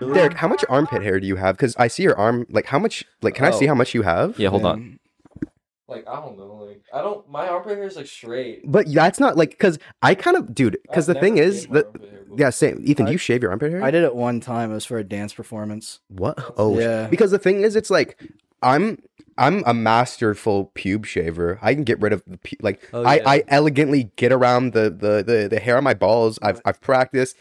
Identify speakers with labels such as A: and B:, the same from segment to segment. A: Derek, how much armpit hair do you have? Because I see your arm. Like, how much? Like, can I see
B: Oh.
A: how much you have?
B: Yeah, hold on.
C: Man.
D: Like I don't know. Like I don't. My armpit hair is like straight.
A: But that's not like because I kind of, dude. Because
D: I've
A: the thing
D: never
A: is,
D: shaved my
A: that
D: armpit hair before.
A: yeah, same. Ethan, do
C: I-
A: you shave your armpit hair?
C: I did it one time. It was for a dance performance.
A: What? Oh, sh-
C: Yeah.
A: Because the thing is, it's like I'm I'm a masterful pube shaver. I can get rid of the pu- like
B: Oh,
A: I
B: yeah.
A: I elegantly get around the the the, the hair on my balls. I've I've practiced.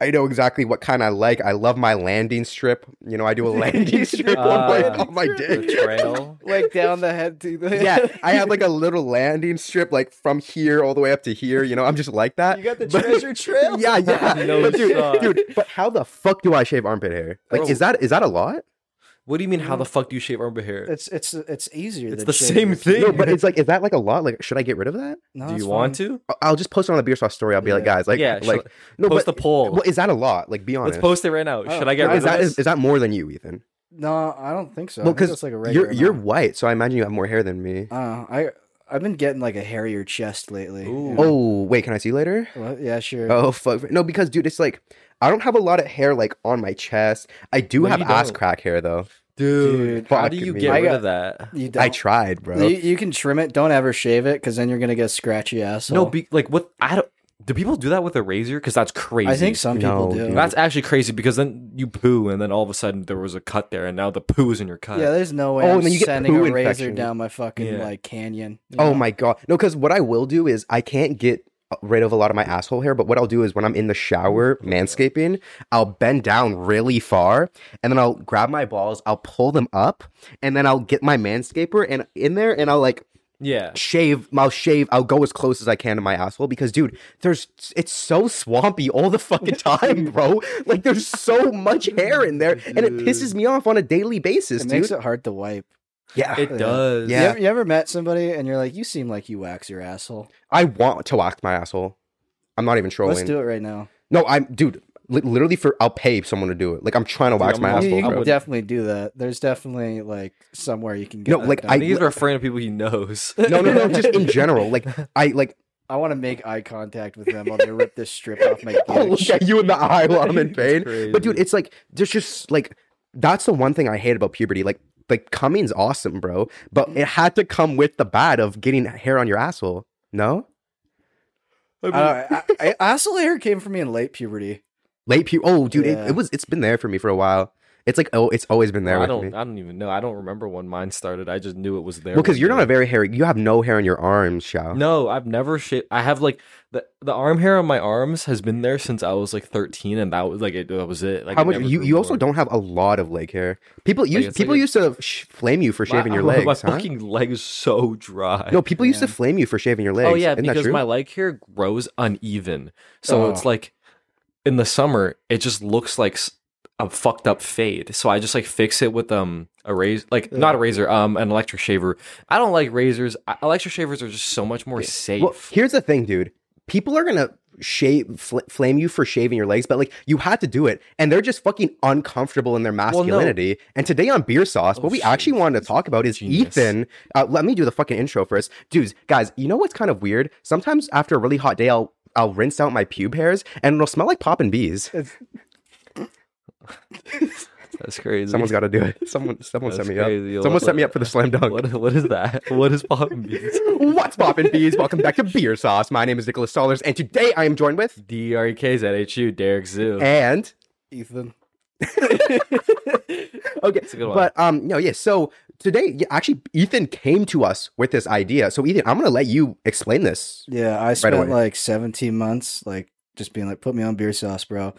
A: I know exactly what kind I like. I love my landing strip. You know, I do a landing strip on, my,
B: Ah.
A: on my
B: The
A: dick.
B: trail.
C: Like down the head to the
A: yeah, I have like a little landing strip, like from here all the way up to here. You know, I'm just like that.
C: You got the
A: But-
C: treasure trail?
A: Yeah, yeah.
B: No
A: but dude,
B: shot.
A: dude, but how the fuck do I shave armpit hair? Like,
B: Bro.
C: Oh.
A: is that is that a lot?
B: What do you mean? How
A: Mm.
B: the fuck do you shave armpit hair?
C: It's it's it's easier.
B: It's
C: than
B: the
C: shaving
B: same
C: your-
B: thing.
A: No, but it's like, is that like a lot? Like, should I get rid of that?
C: No,
B: do
C: it's
B: you want
C: fine.
B: to?
A: I- I'll just post it on the beer sauce story. I'll be like,
C: Yeah.
A: guys, like,
B: yeah. shall-
A: like, no,
B: post
A: but
B: the poll.
A: well, is that a lot? Like, be honest.
B: Let's post it right now.
C: Oh,
B: Should I get
C: no,
B: rid
A: Is
B: of
A: that
B: this?
A: is, is that more than you, Ethan?
C: No, I don't think so.
A: Well,
C: I think
A: 'cause
C: that's like a
A: You're
C: regular
A: you're
C: amount.
A: white, so I imagine you have more hair than me.
C: Uh, I I've been getting like a hairier chest lately.
B: Ooh.
C: Yeah.
A: Oh wait, can I see you later?
C: What? yeah, sure.
A: Oh fuck, no, because dude, it's like I don't have a lot of hair like on my chest. I do
B: No,
A: have
B: you
A: ass
B: don't.
A: crack hair though.
C: Dude,
B: how
A: fuck
B: do you
A: me.
B: get
A: I
B: rid
C: got-
B: of that?
C: you
A: I
C: don't.
A: tried, bro.
C: You, you can trim it. Don't ever shave it because then you're gonna get a scratchy asshole.
B: No, be, like what? I don't. Do people do that with a razor? Because that's crazy.
C: I think some people
A: No,
C: do.
A: dude.
B: That's actually crazy because then you poo and then all of a sudden there was a cut there and now the poo is in your cut.
C: yeah, there's no way.
A: Oh,
C: I'm
A: and then you get
C: sending
A: poo
C: a razor
A: infection.
C: down my fucking
B: Yeah.
C: like canyon. you
A: Oh
C: know?
A: my god. No, because what I will do is I can't get rid of a lot of my asshole hair, but what I'll do is when I'm in the shower manscaping, I'll bend down really far and then I'll grab my balls, I'll pull them up, and then I'll get my manscaper and in there and I'll like
B: yeah.
A: shave I'll shave I'll go as close as I can to my asshole because dude there's it's so swampy all the fucking time bro like there's so much hair in there and it pisses me off on a daily basis
C: It
A: dude
C: makes it hard to wipe.
A: yeah
B: It
C: Yeah.
B: does.
A: Yeah.
C: You, ever, you ever met somebody and you're like, you seem like you wax your asshole.
A: I want to wax my asshole I'm not even trolling
C: Let's do it right now.
A: No, I'm dude. Li- literally for I'll pay someone to do it. Like I'm trying to
B: Dude,
A: wax
B: I'm
A: my
B: not-
C: you
A: asshole,
C: you
B: I
C: can
A: bro.
B: wouldn't.
C: definitely do that. There's definitely like somewhere you can get.
A: No,
C: that
A: like,
C: done.
B: I
A: I-
B: think he's referring to people he knows.
A: No, no, no. Just in general, like I like.
C: I want to make eye contact with them while they rip this strip off my dick.
A: I'll look at you in the eye while I'm in
B: That's
A: pain. But dude,
B: crazy.
A: it's like there's just like that's the one thing I hate about puberty. Like like cumming's awesome, bro. But it had to come with the bad of getting hair on your asshole. No,
B: I mean,
C: I, don't- I, I asshole hair came for me in late puberty.
A: late pu. Oh, dude,
C: Yeah.
A: it, it was. It's been there for me for a while. It's like oh, it's always been there
B: I
A: with
B: don't.
A: me.
B: I don't even know. I don't remember when mine started. I just knew it was there.
A: Well, because
B: one
A: you're not
B: day.
A: a very hairy. You have no hair on your arms, Shao.
B: No, I've never shaved. I have like the the arm hair on my arms has been there since I was like 13, and that was like it. That was it. Like
A: How
B: it
A: much
B: never
A: you,
B: grew
A: you also
B: more.
A: don't have a lot of leg hair. People used
B: it's like
A: people
B: a-
A: used to sh- flame you for
B: My-
A: shaving your
B: my-
A: legs.
B: My
A: huh?
B: fucking leg is so dry.
A: no, people used to
C: Yeah.
A: flame you for shaving your legs.
B: oh yeah,
A: Isn't that
B: because
A: true?
B: my leg hair grows uneven, so it's
C: Oh.
B: like in the summer it just looks like s- a fucked up fade. So I just like fix it with um a razor, like not a razor, um an electric shaver. I don't like razors. I- electric shavers are just so much more safe.
A: Well, here's the thing, dude. People are gonna shave fl- flame you for shaving your legs, but like you had to do it, and they're just fucking uncomfortable in their
B: no.
A: masculinity. And today on Beer Sauce,
B: Oh,
A: what we
B: shit.
A: actually wanted to talk about is
B: Genius.
A: Ethan. Uh, let me do the fucking intro first, dudes. Guys, you know what's kind of weird? Sometimes after a really hot day, I'll I'll rinse out my pube hairs, and it'll smell like poppin' bees.
B: That's crazy.
A: Someone's got to do it. Someone, someone set
B: That's
A: me
B: crazy.
A: up. Someone
B: What-
A: set me up for the slam dunk.
B: What, what is that? What is popping beans?
A: What's poppin' bees? Welcome back to Beer Sauce. My name is Nicholas Stollers, and today I am joined with
B: DRK's at HU, Derek Zoo.
A: and
C: Ethan.
A: okay,
B: a good one.
A: but um, no, yeah. So today, yeah, actually, Ethan came to us with this idea. So Ethan, I'm gonna let you explain this.
C: Yeah, I spent
A: away.
C: like 17 months like just being like, put me on beer sauce, bro.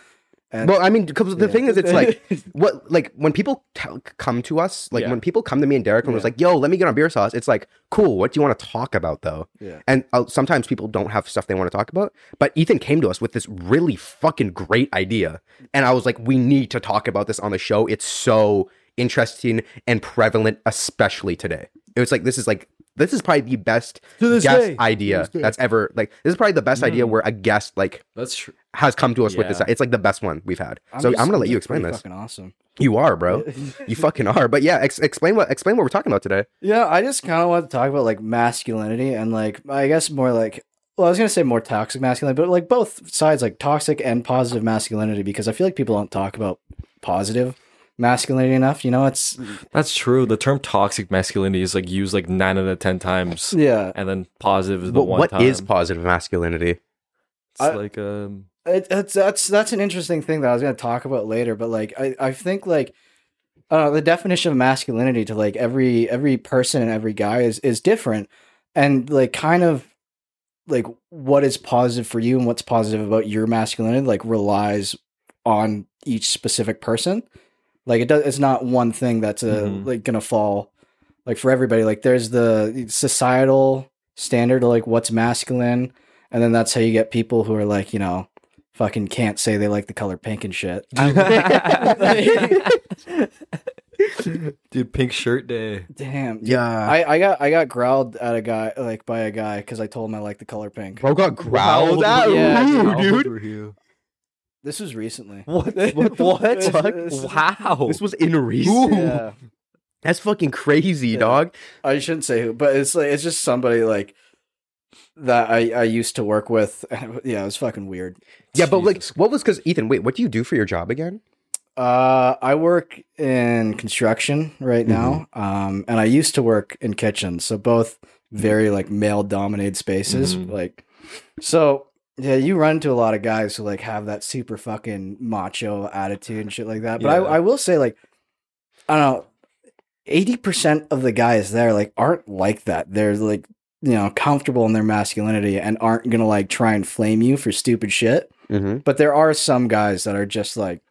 C: And
A: Well, I mean, because the
C: Yeah.
A: thing is, it's like what, like when people tell, come to us, like
B: Yeah.
A: when people come to me and Derek and was like, "Yo, let me get on beer sauce." It's like, cool. What do you want to talk about though?
C: yeah.
A: And uh, sometimes people don't have stuff they want to talk about. But Ethan came to us with this really fucking great idea. And I was like, we need to talk about this on the show. It's so interesting and prevalent, especially today. It was like, this is like, this is probably the best
B: To this
A: guest
B: day.
A: idea that's ever, like, this is probably the best idea where a guest, like,
B: That's true.
A: has come to us with this.
B: Yeah.
A: It's like the best one we've had.
C: I'm
A: so
C: just-
A: I'm going to let you
C: just
A: explain
C: pretty
A: this. Oh.
C: Fucking awesome.
A: You are, bro. you fucking are. But yeah, ex- explain what explain what we're talking about today.
C: Yeah, I just kind of want to talk about like masculinity and like I guess more like well, I was gonna say more toxic masculinity, but like both sides, like toxic and positive masculinity, because I feel like people don't talk about positive masculinity enough. You know, it's
B: That's true. The term toxic masculinity is like used like nine out of ten times,
C: yeah.
B: and then positive is the
A: But
B: one
A: what
B: time.
A: is positive masculinity?
B: It's
C: I-
B: like um,
C: It, it's that's that's an interesting thing that I was going to talk about later. But like, I I think like. I don't know, the definition of masculinity to like every every person and every guy is is different, and like kind of like what is positive for you and what's positive about your masculinity like relies on each specific person. Like it does, it's not one thing that's a
B: Mhm.
C: like gonna fall like for everybody. Like there's the societal standard of like what's masculine, and then that's how you get people who are like you know fucking can't say they like the color pink and shit.
B: dude, pink shirt day.
C: Damn.
A: Yeah.
C: I, I got I got growled at a guy like by a guy because I told him I like the color pink.
A: Bro got growled at.
C: Yeah,
A: Ooh,
B: How old
A: dude.
B: were you?
C: This was recently.
B: What?
C: What the fuck?
B: Wow.
A: This was in
B: Ooh.
A: recent.
C: Yeah.
A: That's fucking crazy, dog.
C: I shouldn't say who, but it's like it's just somebody like that I I used to work with. yeah, it was fucking weird.
A: Yeah, but like,
B: Jesus.
A: what was because Ethan? Wait, what do you do for your job again?
C: Uh, I work in construction right now, um, and I used to work in kitchens. So both very like male dominated spaces.
B: Mhm.
C: Like, so yeah, you run into a lot of guys who like have that super fucking macho attitude and shit like that. But
B: Yeah.
C: I, I will say like, I don't know, eighty percent of the guys there like aren't like that. They're like you know comfortable in their masculinity and aren't gonna like try and flame you for stupid shit
A: Mm-hmm.
C: but there are some guys that are just like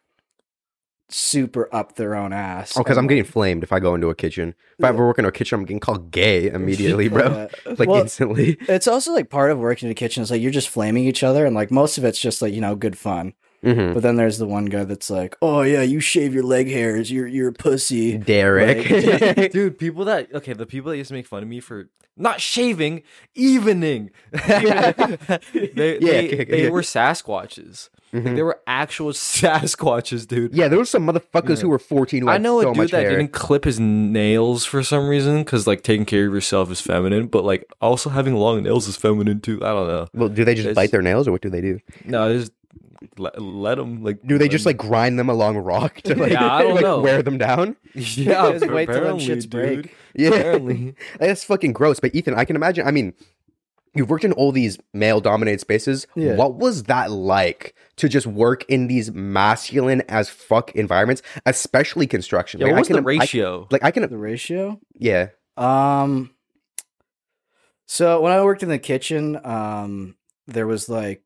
C: super up their own ass.
A: Oh, because I'm getting flamed if I go into a kitchen. If I ever work in a kitchen, I'm getting called gay immediately, bro.
C: Yeah.
A: Like
C: Well,
A: instantly.
C: it's also like part of working in the kitchen is like you're just flaming each other, and like most of it's just like you know good fun.
A: Mm-hmm.
C: But then there's the one guy that's like, "Oh yeah, you shave your leg hairs. You're you're a pussy."
A: Mm. Derek.
C: Like-
B: Dude, people that okay, the people that used to make fun of me for not shaving, evening. they they,
A: okay,
B: they
A: yeah.
B: were Sasquatches. Like,
A: Mhm.
B: they were actual Sasquatches, dude.
A: Yeah, there were some motherfuckers who were 14 who
B: I
A: had
B: know
A: so
B: a dude
A: much
B: that
A: hair.
B: didn't clip his nails for some reason because like taking care of yourself is feminine, but like also having long nails is feminine too. I don't know.
A: Well, do they just
B: It's-
A: bite their nails or what do they do?
B: No, just let, let them like.
A: Do they
B: let
A: just
B: 'em-
A: like grind them along a rock to like,
B: Yeah, I don't
A: like,
B: know.
A: wear them down?
B: yeah?
C: Just wait till them
B: apparently,
C: shits break.
B: dude.
A: Yeah.
B: Apparently.
A: That's fucking gross. But Ethan, I can imagine. I mean, you've worked in all these male dominated spaces.
C: Yeah.
A: What was that like to just work in these masculine as fuck environments, especially construction?
B: Yeah,
A: Like,
B: what
A: I
B: was
A: can-
B: the
A: I-
B: ratio?
A: like I can,
C: The ratio.
A: yeah.
C: Um. So when I worked in the kitchen, um, there was like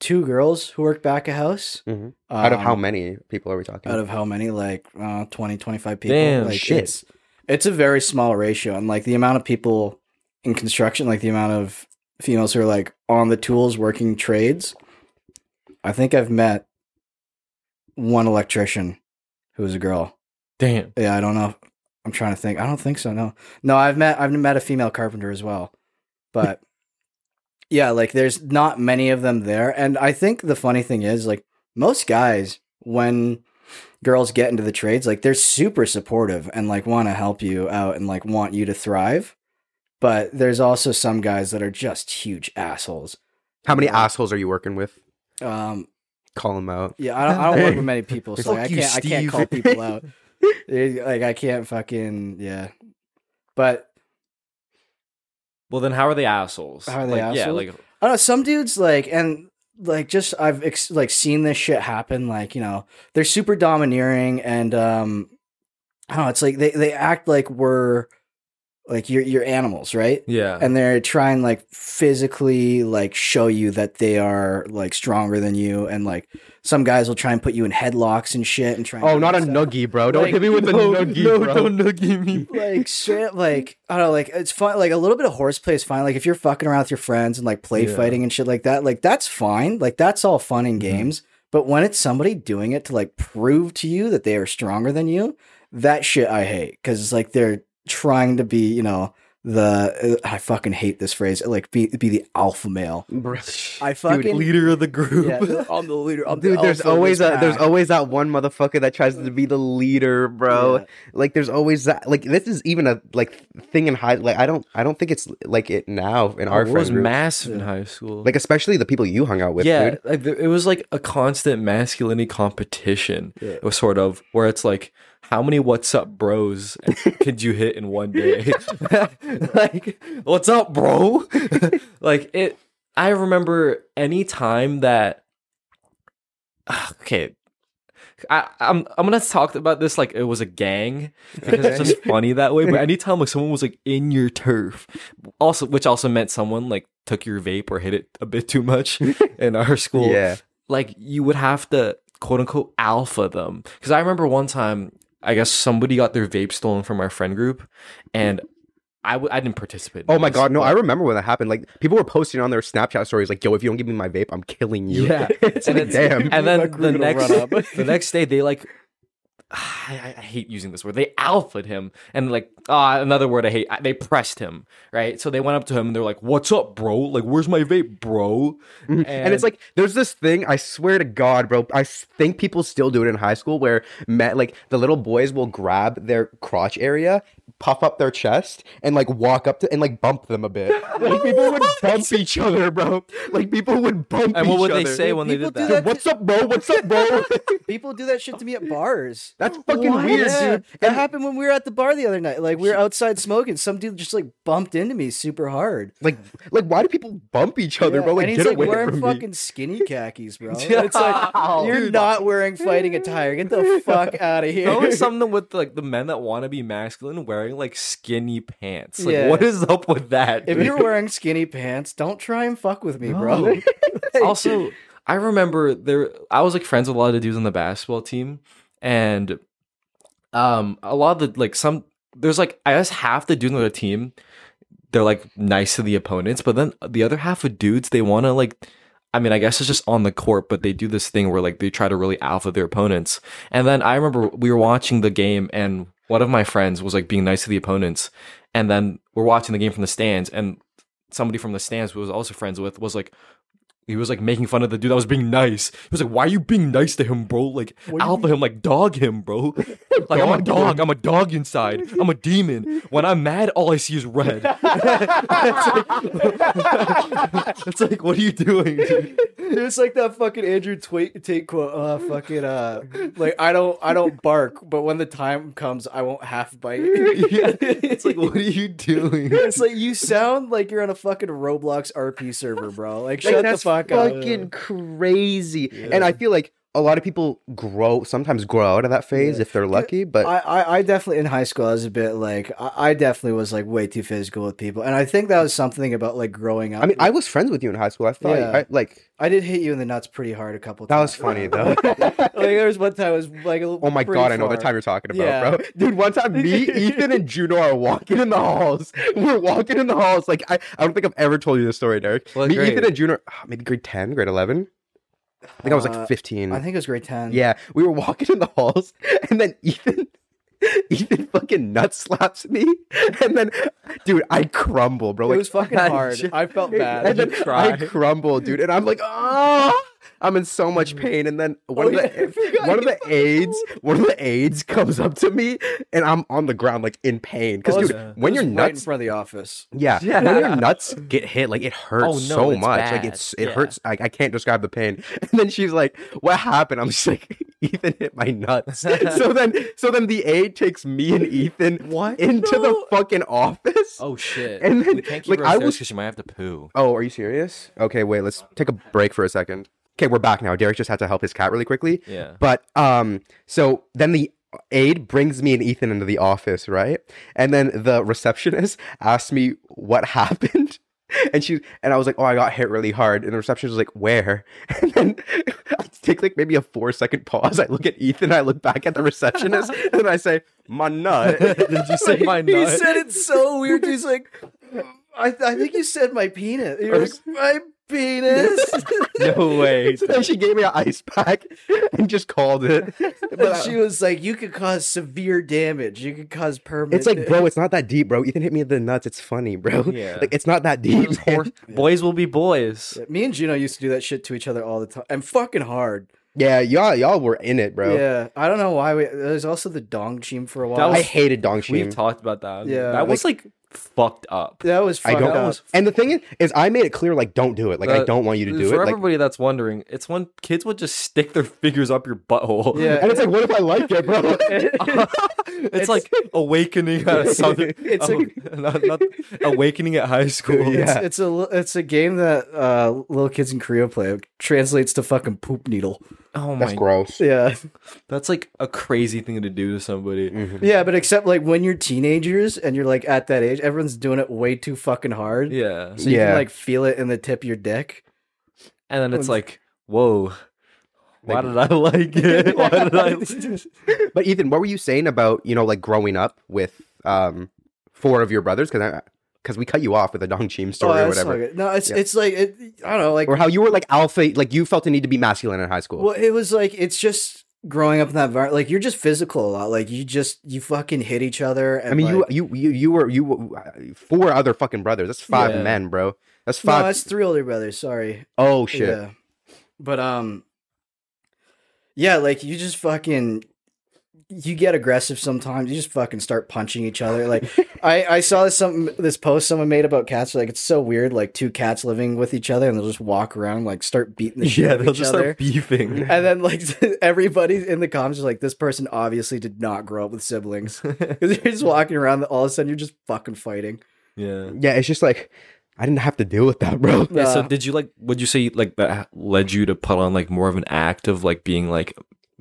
C: two girls who worked back a house.
A: Mhm. Out of
C: Um,
A: how many people are we talking? Oh,
C: out of how many like uh, 20 25 people
B: Damn,
C: like
A: shit.
C: it's it's a very small ratio and like the amount of people in construction like the amount of females who are like on the tools working trades i think i've met one electrician who was a girl
B: Damn.
C: yeah i don't know i'm trying to think i don't think so no no i've met i've met a female carpenter as well but yeah like there's not many of them there and i think the funny thing is like most guys when girls get into the trades like they're super supportive and like want to help you out and like want you to thrive but there's also some guys that are just huge assholes
A: how many assholes are you working with?
C: um
A: Call them out.
C: yeah, I don't, I don't work with many people, so like, I
A: Fuck you,
C: can't I can't
A: Steve.
C: call people out. Eh, like I can't fucking yeah. But
B: Well, then how are they assholes?
C: How are they
B: like, Yeah,
C: assholes?
B: like
C: I don't know. Some dudes like and like just I've ex- like seen this shit happen. Like you know they're super domineering and um I don't know. It's like they they act like we're like you're you're animals, right?
B: yeah.
C: and they're trying like physically like show you that they are like stronger than you and like some guys will try and put you in headlocks and shit and try and
A: Oh, not a
C: stuff.
A: nuggie, bro. Don't
C: Like,
A: hit me with
B: no,
A: a nuggie,
B: no,
A: bro.
B: don't nuggie me.
C: like straight like I don't know, like it's fun like a little bit of horseplay is fine. Like if you're fucking around with your friends and like play
B: Yeah.
C: fighting and shit like that, like that's fine. Like that's all fun and
B: Mhm.
A: Mm-hmm.
C: games. But when it's somebody doing it to like prove to you that they are stronger than you, that shit I hate. Cause it's like they're trying to be, you know, the uh, I fucking hate this phrase. Like be be the alpha male. I fucking
B: leader of the group.
C: Yeah, I'm the leader. I'm the
A: Dude, there's
C: alpha of
A: always
C: this
A: a, there's
C: pack.
A: always that one motherfucker that tries to be the leader, bro.
C: Yeah.
A: Like there's always that. Like this is even a like thing in high. Like I don't I don't think it's like it now in our
B: it was
A: friend group.
B: massive in
C: Yeah.
B: high school.
A: Like especially the people you hung out with,
B: yeah,
A: dude.
B: like, there- it was like a constant masculinity competition.
C: Yeah.
B: It was sort of where it's like, how many what's up bros could you hit in one day? like, what's up, bro? like it. I remember any time that. ah, Okay. I, I'm I'm gonna talk about this like it was a gang because it's just funny that way. But anytime like someone was like in your turf, also which also meant someone like took your vape or hit it a bit too much in our school
A: Yeah.
B: like you would have to quote unquote alpha them because i remember one time i guess somebody got their vape stolen from our friend group and I w- I didn't participate in
A: Oh my
B: this,
A: god, no!
B: but-
A: I remember when that happened. Like people were posting on their Snapchat stories, like, "Yo, if you don't give me my vape, I'm killing you."
B: Yeah.
A: it's
B: And
A: like,
B: it's-
A: damn.
B: and
C: My
B: then
C: crew
B: the
C: to
B: next
C: run up.
B: the next day they like I, I hate using this word. They alphaed him and like ah another word I hate. I- They pressed him right. So they went up to him and they're like, "What's up, bro? Like, where's my vape, bro?"
A: Mhm. And, it's like there's this thing. I swear to God, bro. I s- think people still do it in high school where met like the little boys will grab their crotch area, puff up their chest, and like walk up to and like bump them a bit. Like people would bump each other, bro. Like people would bump.
B: and what
A: each
B: would they
A: other.
B: say when they
C: People
B: did
C: do
B: that?
A: Yo, What's up, bro? What's up, bro?
C: People do that shit to me at bars.
A: That's fucking weird,
C: Yeah,
A: dude.
C: That happened when we were at the bar the other night. Like we were outside smoking, some dude just like bumped into me super hard.
A: Like, like why do people bump each other,
C: Yeah,
A: bro? Like,
C: and he's
A: get
C: like
A: away
C: wearing
A: from me. Oh,
C: fucking skinny khakis, bro. It's like you're not wearing fighting attire. Get the fuck out of here.
B: It's always something with like the men that want to be masculine wearing like skinny pants. Like,
C: Yeah.
B: what is up with that?
C: if
B: dude?
C: you're wearing skinny pants, don't try and fuck with me, bro.
B: No. also, I remember there. I was like friends with a lot of dudes on the basketball team, and um, a lot of the like some there's like I guess half the dudes on the team, they're like nice to the opponents, but then the other half of dudes they want to like. I mean, I guess it's just on the court, but they do this thing where like they try to really alpha their opponents. And then I remember we were watching the game, and one of my friends was like being nice to the opponents, and then we're watching the game from the stands, and somebody from the stands who was also friends with was like he was like making fun of the dude that was being nice. He was like, "Why are you being nice to him, bro? Like alpha him, like dog him, bro. Like I'm a dog. I'm a dog inside. I'm a demon. When I'm mad, all I see is red. it's, like, it's like, what are you doing? Dude?
C: It's like that fucking Andrew Tweet Tate quote. Uh, fucking uh, like I don't, I don't bark, but when the time comes, I won't half bite.
B: Yeah, it's like, what are you doing?
C: It's like you sound like you're on a fucking Roblox RP server, bro. Like
A: Like,
C: shut the
A: that's
C: fuck up.
A: fucking crazy. And I feel like a lot of people grow, sometimes grow out of that phase if they're lucky. But
C: I, I, I definitely in high school I was a bit like I, I definitely was like way too physical with people, and I think that was something about like growing up.
A: I mean, I was friends with you in high school. I thought
C: Yeah.
A: I, like
C: I did hit you in the nuts pretty hard a couple.
A: that was
C: times.
A: funny though.
C: like there was one time I was like, a
A: Oh my god, I know the time you're talking about,
C: Yeah.
A: bro. Dude, one time me, Ethan, and Juno are walking in the halls. We're walking in the halls. Like I, I don't think I've ever told you this story, Derek.
B: What
A: me,
B: grade?
A: Ethan, and Juno, ah, maybe grade ten, grade eleven. I think I was
C: Uh,
A: like fifteen.
C: I think it was grade ten.
A: Yeah, we were walking in the halls, and then Ethan, Ethan fucking nut slaps me, and then, dude, I crumble, bro.
C: it
A: Like,
C: was fucking
A: I
C: hard.
A: just-
C: I felt
A: and
C: bad.
A: then
B: You cry.
A: I crumble, dude, and I'm like, ah, I'm in so much pain. And then one
C: Oh,
A: of
C: yeah, I
A: the
C: forgot
A: one of
C: you
A: the aides, one of the aides comes up to me, and I'm on the ground like in pain because
C: Oh,
A: dude,
B: yeah.
A: when
C: It was
A: you're
C: right in
A: nuts,
C: front of the office.
A: yeah,
B: Yeah.
A: when your nuts get hit, like it hurts
B: Oh, no,
A: so
B: it's
A: much. Like
B: bad.
A: it's it
B: Yeah.
A: hurts. Like I can't describe the pain. And then she's like, "What happened?" I'm just like, "Ethan hit my nuts." so then, so then the aide takes me and Ethan
B: What?
A: into the fucking office.
B: Oh shit!
A: And then,
B: we can't keep
A: like,
B: her
A: I
B: upstairs
A: was-
B: 'cause she might have to poo.
A: Oh, are you serious? Okay, wait. Let's take a break for a second. Okay, we're back now. Derek just had to help his cat really quickly.
B: Yeah.
A: But um, so then the aide brings me and Ethan into the office, right? And then the receptionist asked me what happened. And she and I was like, "Oh, I got hit really hard." And the receptionist was like, "Where?" And then I take like maybe a four second pause. I look at Ethan. I look back at the receptionist, and I say, "My nut."
B: Did you say my
C: He
B: nut?
C: said it so weird. He's like, I, I think you said my penis. He was like, my penis.
B: No way.
A: So then she gave me an ice pack and just called it. But uh,
C: and
A: I-
C: she was like, "You could cause severe damage. You could cause permanent."
A: it's like, bro, it's not that deep, bro. Ethan hit me in the nuts. It's funny, bro.
B: Yeah.
A: Like, it's not that deep.
B: Those horse- boys will be boys.
C: Yeah, Me and Juno used to do that shit to each other all the time, and fucking hard.
A: Yeah, y'all, y'all were in it, bro.
C: Yeah, I don't know why. We, there's also the dong team for a while.
B: That
A: I
B: was-
A: hated Dong
B: We've
A: Shim.
B: talked about that.
C: Yeah,
B: that was like fucked up.
C: that was
A: I
C: fucked
A: don't.
C: up.
A: and the thing is, is, I made it clear, like, don't do it. Like, I
B: Uh,
A: don't want you to do
B: For
A: it. Like,
B: everybody that's wondering, it's when kids would just stick their fingers up your butthole.
C: Yeah.
A: and it's like, what if I like it, bro?
C: Oh
B: it's, like awakening at southern.
C: It's
B: oh, not, not- awakening at high school.
A: Yeah.
C: It's, it's a li- it's a game that uh, little kids in Korea play. It translates to fucking poop needle.
B: Oh my,
A: That's gross.
C: Yeah,
B: that's like a crazy thing to do to somebody.
A: Mm.
C: yeah, but except like when you're teenagers and you're like at that age, everyone's doing it way too fucking hard.
B: Yeah,
C: So you
A: Yeah.
C: can like feel it in the tip of your dick.
B: and then
C: One's-
B: it's like, whoa, why
A: Like-
B: did I like it? Why did I?
A: But Ethan, what were you saying about you know like growing up with um four of your brothers? Because because we cut you off with the Dong Chim
C: Oh,
A: story or
C: that's not
A: whatever,
C: good. No, it's
A: Yeah.
C: it's like it, I don't know, like
A: or how you were like alpha, like you felt the need to be masculine in high school.
C: Well, it was like it's just growing up in that environment. Like you're just physical a lot. Like you just you fucking hit each other. And
A: I mean,
C: like,
A: you you you you were you were- four other fucking brothers. That's five
B: Yeah.
A: men, bro. That's
C: no,
A: five.
C: that's three older brothers. Sorry.
A: oh shit.
C: Yeah. But um, yeah, like you just fucking you get aggressive sometimes. You just fucking start punching each other. Like I I saw this some this post someone made about cats. Like it's so weird. Like two cats living with each other and they'll just walk around like start beating the shit.
B: Yeah,
C: out of
B: they'll
C: each
B: just
C: other.
B: start beefing.
C: And then like everybody in the comments is like, this person obviously did not grow up with siblings because you're just walking around. All of a sudden, you're just fucking fighting.
B: yeah.
A: Yeah, it's just like I didn't have to deal with that, bro.
B: Yeah, so
C: Nah.
B: did you like would you say like that led you to put on like more of an act of like being like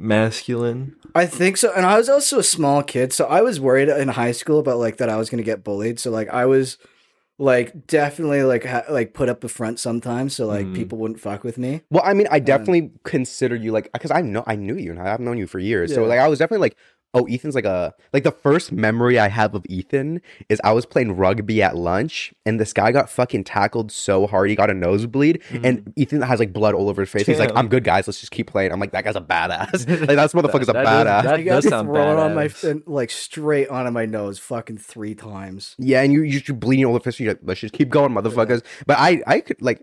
B: masculine?
C: I think so. And I was also a small kid, so I was worried in high school about like that I was gonna get bullied. So like I was like definitely like ha- like put up the front sometimes, so like
B: Mhm.
C: people wouldn't fuck with me.
A: Well, I mean, I definitely consider you like because I know I knew you and I've known you for years. So
C: Yeah.
A: like I was definitely like, oh, Ethan's like a like the first memory I have of Ethan is I was playing rugby at lunch and this guy got fucking tackled so hard he got a nosebleed and Ethan has like blood all over his face. He's like,
B: Mm-hmm. Damn.
A: I'm good, guys. Let's just keep playing. I'm like, that guy's a badass. like that motherfucker's a
B: That- that is-
A: badass.
B: that-
C: I got
B: does sound
C: thrown on my
B: badass.
C: and, like straight onto my nose, fucking three times.
A: Yeah, and you you you're bleeding all the fish. You're like, let's just keep going, motherfuckers. But I I could like,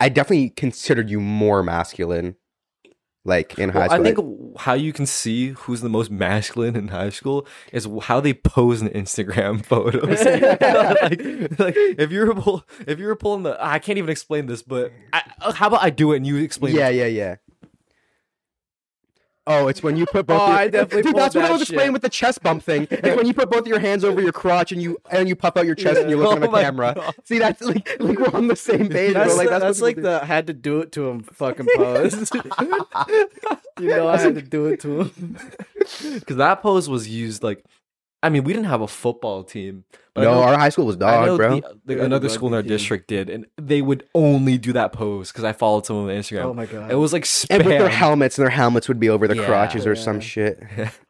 A: I definitely considered you more masculine, like in high
B: Well,
A: school.
B: I think how you can see who's the most masculine in high school is how they pose in Instagram photos. like, like if you're pull, if you're pulling the I can't even explain this, but I, uh, how about I do it and you explain?
A: yeah,
B: it?
A: yeah, yeah. Oh, it's when you put both.
C: Oh,
A: your-
C: I definitely
A: Dude,
C: pulled
A: that's what I
C: that
A: was explaining
C: shit.
A: with the chest bump thing. It's when you put both your hands over your crotch and you and you puff out your chest and you're looking
B: Oh
A: at the
B: my
A: camera.
B: God.
A: See, that's like like we're on the same page.
C: That's,
A: bro. Like that's,
C: that's
A: what
C: like
A: people
C: the had to do it to him fucking pose. you know, I had to do it to him.
B: because that pose was used like. I mean, we didn't have a football team.
A: do.
B: But I
A: No,
B: know-
A: our high school was
B: I
A: dog,
B: know
A: bro.
B: the-
C: We
B: the-
C: had a
B: another school in our
C: rugby team.
B: district did, and they would only do that pose because I followed someone on Instagram.
C: Oh my God.
B: It was like spam.
A: and with their helmets, and their helmets would be over their
B: Yeah.
A: crotches or some
C: Yeah.
A: shit.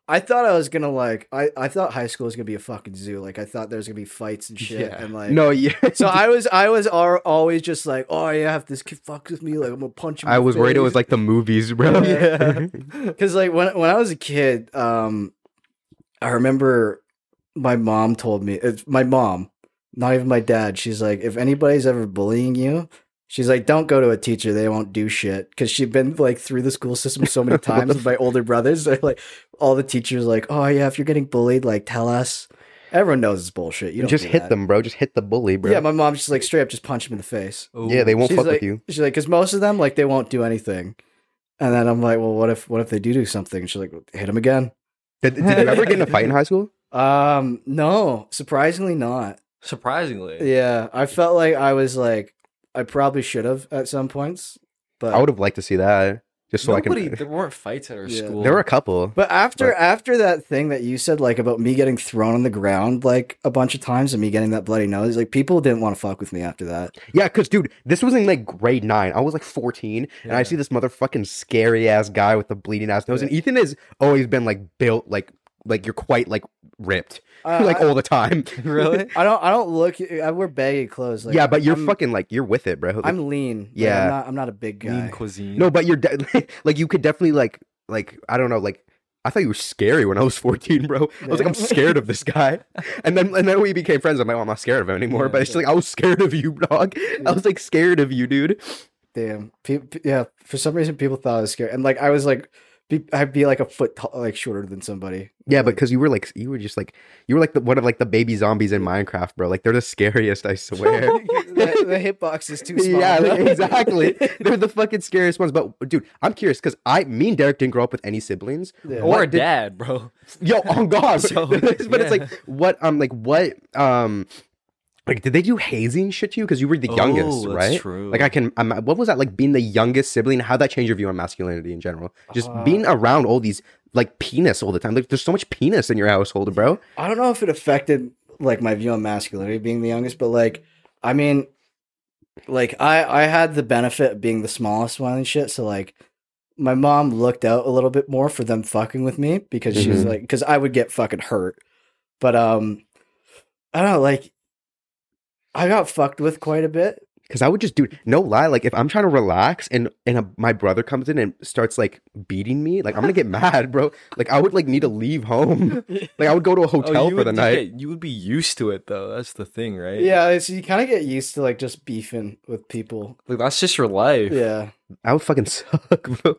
C: I thought I was gonna like I, I thought high school was gonna be a fucking zoo. Like I thought there was gonna be fights and shit
B: Yeah.
C: and like
A: No, yeah.
C: So I was I was al- always just like, oh yeah, if this kid fucks with me, like I'm gonna punch him.
A: I was worried it was like the movies, bro.
B: Yeah.
C: because like when when I was a kid, um, I remember my mom told me it's my mom, not even my dad. She's like, if anybody's ever bullying you. She's like, don't go to a teacher; they won't do shit. Because she'd been like through the school system so many times with my older brothers. They're like, all the teachers like, oh yeah, if you're getting bullied, like tell us. Everyone knows it's bullshit. You don't
A: just
C: do
A: hit
C: that.
A: them, bro. Just hit the bully, bro.
C: Yeah,
A: Yeah,
C: my mom's just like straight up, just punch him in the face.
A: they won't
C: She's
A: fuck
C: like,
A: with you.
C: She's like, because most of them, like, they won't do anything. And then I'm like, well, what if, what if they do do something? And she's like, hit them again.
A: Did, did you ever get in a fight in high school?
C: Um, no, surprisingly not.
B: Surprisingly.
C: Yeah, I felt like I was like, I probably should have at some points, but
A: I would have liked to see that. Just so
B: Nobody,
A: I can.
B: there weren't fights at our
C: Yeah.
B: school.
A: There were a couple.
C: But after
A: But-
C: after that thing that you said, like about me getting thrown on the ground like a bunch of times and me getting that bloody nose, like people didn't want to fuck with me after that.
A: Yeah, because dude, this was in like grade nine. I was like 14, and I
B: Yeah.
A: see this motherfucking scary ass guy with the bleeding ass nose. And Ethan has always been like built like like you're quite like ripped
C: I,
A: like
C: I,
A: all the time.
B: really?
C: I don't I don't look I wear baggy clothes like
A: yeah, but you're
C: I'm,
A: fucking like you're with it, bro. Like,
C: I'm lean. like,
A: Yeah.
C: I'm not I'm not a big guy.
B: Lean cuisine.
A: no, but you're de- like you could definitely like like I don't know like. I thought you were scary when I was 14, bro. I was like, I'm scared of this guy. And then and then we became friends. I'm like, well, I'm not scared of him anymore.
C: Yeah,
A: but it's just like I was scared of you, dog. I was like scared of you, dude.
C: Damn. Pe- pe- yeah. For some reason, people thought I was scary, and like I was like, be- I'd be like a foot tall, like shorter than somebody.
A: Yeah, but because you were like you were just like you were like the, one of like the baby zombies in Minecraft, bro. Like they're the scariest, I swear.
C: the, the hitbox is too small.
A: Yeah, like, exactly. They're the fucking scariest ones. But dude, I'm curious because I, me and Derek didn't grow up with any siblings.
C: Yeah.
B: or a
A: What did-
B: dad, bro.
A: Yo, oh god.
B: So,
A: but it's like
B: yeah.
A: what? Um, like what? Um, like did they do hazing shit to you? Because you were the youngest,
B: Oh, that's
A: right?
B: True.
A: Like I can. I'm, what was that like being the youngest sibling? How that change your view on masculinity in general? Just being
B: Uh.
A: around all these like penis all the time. Like there's so much penis in your household, bro.
C: I don't know if it affected like my view on masculinity being the youngest, but like, I mean, like I I had the benefit of being the smallest one and shit. So like, my mom looked out a little bit more for them fucking with me because she was
A: Mhm.
C: like, because I would get fucking hurt. But um, I don't know, like. I got fucked with quite a bit,
A: Because I would just, dude, no lie. Like if I'm trying to relax and and a, my brother comes in and starts like beating me, like I'm gonna get mad, bro. Like I would like need to leave home. Like I would go to a hotel
B: Oh, you
A: for
B: would
A: the night.
B: get- you would be used to it though. That's the thing, right?
C: Yeah, so you kind of get used to like just beefing with people.
B: Like that's just your life.
C: Yeah,
A: I would fucking suck, bro.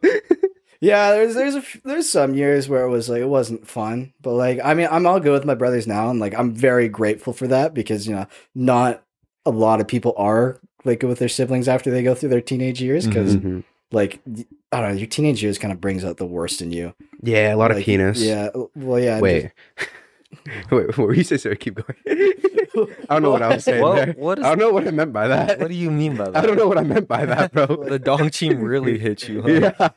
C: yeah. There's there's a f- there's some years where it was like it wasn't fun, but like I mean I'm all good with my brothers now, and like I'm very grateful for that because you know not a lot of people are like good with their siblings after they go through their teenage years because
A: Mhm.
C: like y- I don't know your teenage years kind of brings out the worst in you.
A: Yeah, a lot of
C: Like,
A: penis.
C: Yeah. Well, yeah.
A: Wait. Wait, what were you saying? Sorry, keep going. I don't know what I was saying
B: Well,
A: there.
B: what is?
A: I don't know what I meant by that.
B: What do you mean by that?
A: I don't know what I meant by that, bro.
B: The dong team really hit you. Huh?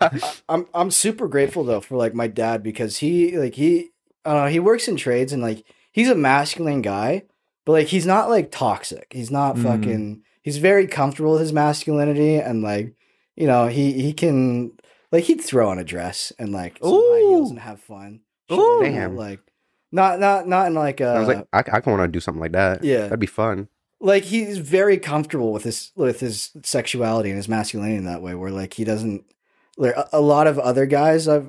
A: yeah.
C: I'm I'm super grateful though for like my dad because he like he uh he works in trades and like he's a masculine guy, but like he's not like toxic. He's not
B: Mhm.
C: fucking he's very comfortable with his masculinity and like you know, he he can like he'd throw on a dress and like some high heels
B: Ooh.
C: and have fun. Shit like that,
A: Damn.
C: Like not not not in like
A: I
C: uh
A: was like, I, I want to do something like that.
C: yeah
A: That'd be fun.
C: like he's very comfortable with his with his sexuality and his masculinity in that way where like he doesn't like a, a lot of other guys I've,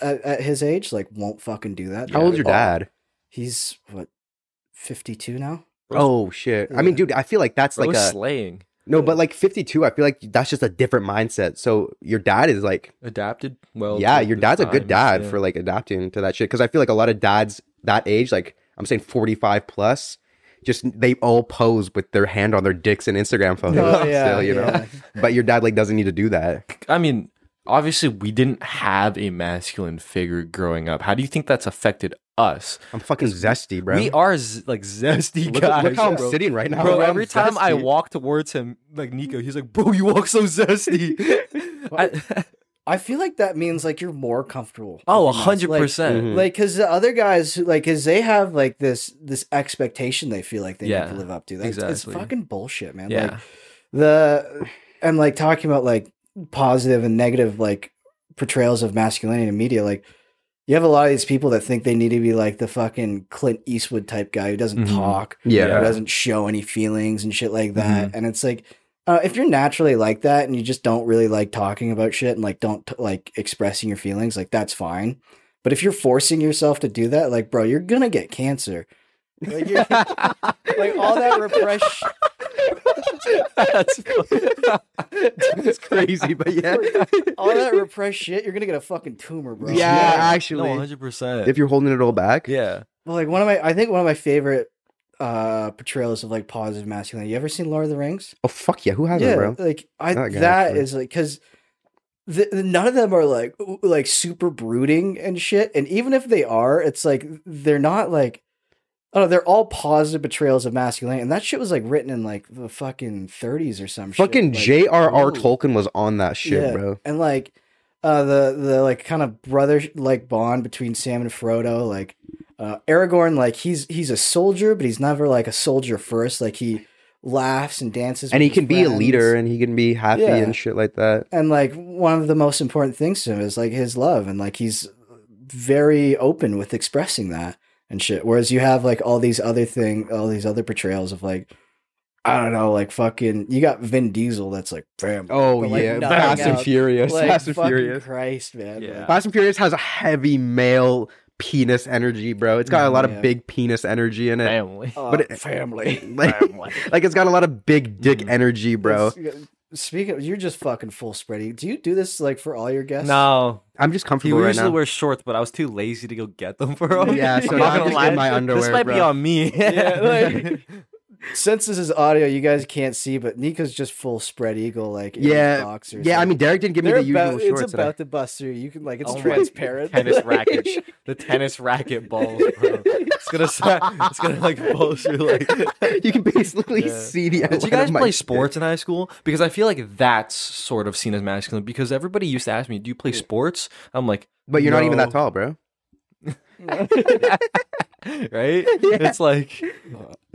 C: at, at his age like won't fucking do that
A: How old's your dad?
C: he's what 52 now
A: Oh shit! I mean,
C: Yeah.
A: dude, I feel like that's
B: Bro,
A: like a
B: slaying.
A: no, but like fifty-two. I feel like that's just a different mindset. So your dad is like,
B: Adapted well.
A: yeah,
B: to
A: your
B: the
A: dad's a good
B: times,
A: dad
B: yeah.
A: for like adapting to that shit. Because I feel like a lot of dads that age, like I'm saying forty-five plus, just they all pose with their hand on their dicks and Instagram photos.
B: Oh,
A: still, you know. But your dad like doesn't need to do that.
B: I mean, obviously, we didn't have a masculine figure growing up. How do you think that's affected us?
A: I'm fucking zesty, bro.
B: We are z- like zesty
A: look,
B: guys.
A: look how I'm
B: bro.
A: sitting right now,
B: Bro,
A: I'm
B: every time I
A: zesty.
B: walk towards him, like Nico, he's like, "Bro, you walk so zesty." I,
C: i feel like that means like you're more comfortable
B: oh,
C: with him. Like-
B: 100%.
A: Mhm.
C: like because the other guys who- like because they have like this this expectation they feel like they need
B: Yeah,
C: to live up to that's it's
B: exactly.
C: fucking bullshit man like
B: Yeah.
C: the and like talking about like positive and negative like portrayals of masculinity in media like you have a lot of these people that think they need to be like the fucking Clint Eastwood type guy who doesn't
B: Mhm.
C: talk,
A: yeah.
C: who
B: Yeah.
C: doesn't show any feelings and shit like that. And it's like, uh, if you're naturally like that and you just don't really like talking about shit and like don't t- like expressing your feelings, like that's fine. But if you're forcing yourself to do that, like bro, you're gonna get cancer. Like, you're, like all that repression.
B: That's
A: it's crazy, but yeah,
C: all that repressed shit, you're gonna get a fucking tumor, bro.
A: yeah, actually,
B: no, hundred percent.
A: if you're holding it all back,
B: Yeah,
C: Well, like one of my, I think one of my favorite uh portrayals of like positive masculinity. You ever seen Lord of the Rings?
A: oh fuck yeah, who hasn't, bro?
C: like I
A: That guy,
C: that
A: actually.
C: is like because. The, the- none of them are like w- like super brooding and shit and even if they are it's like they're not like oh they're all positive portrayals of masculinity and that shit was like written in like the fucking 30s or some shit
A: Fucking
C: like-
A: J.R.R.
B: ooh.
A: Tolkien was on that shit,
C: Yeah.
A: bro.
C: and like uh the the like kind of brother like bond between Sam and Frodo like uh Aragorn like he's he's a soldier but he's never like a soldier first like he laughs and dances
A: And
C: with
A: he
C: his
A: can be a leader
C: friends.
A: and he can be happy
C: Yeah.
A: and shit like that.
C: and like one of the most important things to him is like his love and like he's very open with expressing that and shit. Whereas you have like all these other thing, all these other portrayals of like, I don't know, like fucking. You got Vin Diesel that's like, fam.
A: Oh
C: but, like,
A: yeah,
C: nothing
A: Fast and
C: else.
A: Furious.
C: Like,
A: Fast and
C: fucking
A: Furious.
C: Christ, man.
B: Yeah.
A: Fast and Furious has a heavy male penis energy, bro. It's got a lot
C: Yeah.
A: of big penis energy in it.
B: Family.
A: But
C: but
A: it-
C: Uh, family,
A: Like, like it's got a lot of big dick
C: Mm.
B: Mhm.
A: energy, bro.
C: Speaking, of, you're just fucking full spready. Do you do this like for all your guests?
B: No,
A: I'm just
B: he
A: comfortable right
B: usually
A: now.
B: wears shorts, but I was too lazy to go get them for him.
A: yeah, so
C: I'm
A: I'm,
C: not gonna
A: just
C: lie.
A: in my underwear,
B: This might
A: bro.
B: be on me.
C: Yeah, like- Since this is audio, you guys can't see, but Nico's just full spread eagle, like in his
A: Yeah,
C: boxers.
A: yeah, I
C: Like,
A: mean Derek didn't give me
C: they're
A: the usual
C: about-
A: shorts.
C: It's
A: today.
C: about to bust through. You can like it's
B: Oh my
C: transparent.
B: tennis racket,
C: Like,
B: the tennis racket balls, bro. It's gonna, sa- it's gonna like pull through. Like, did
A: you can basically
B: Yeah.
A: see the. outline
B: you guys
A: of my
B: play
A: dick.
B: sports in high school? Because I feel like that's sort of seen as masculine. Because everybody used to ask me, "Do you play sports?" I'm like,
A: But you're not even that
B: "No."
A: tall, bro.
B: right? It's like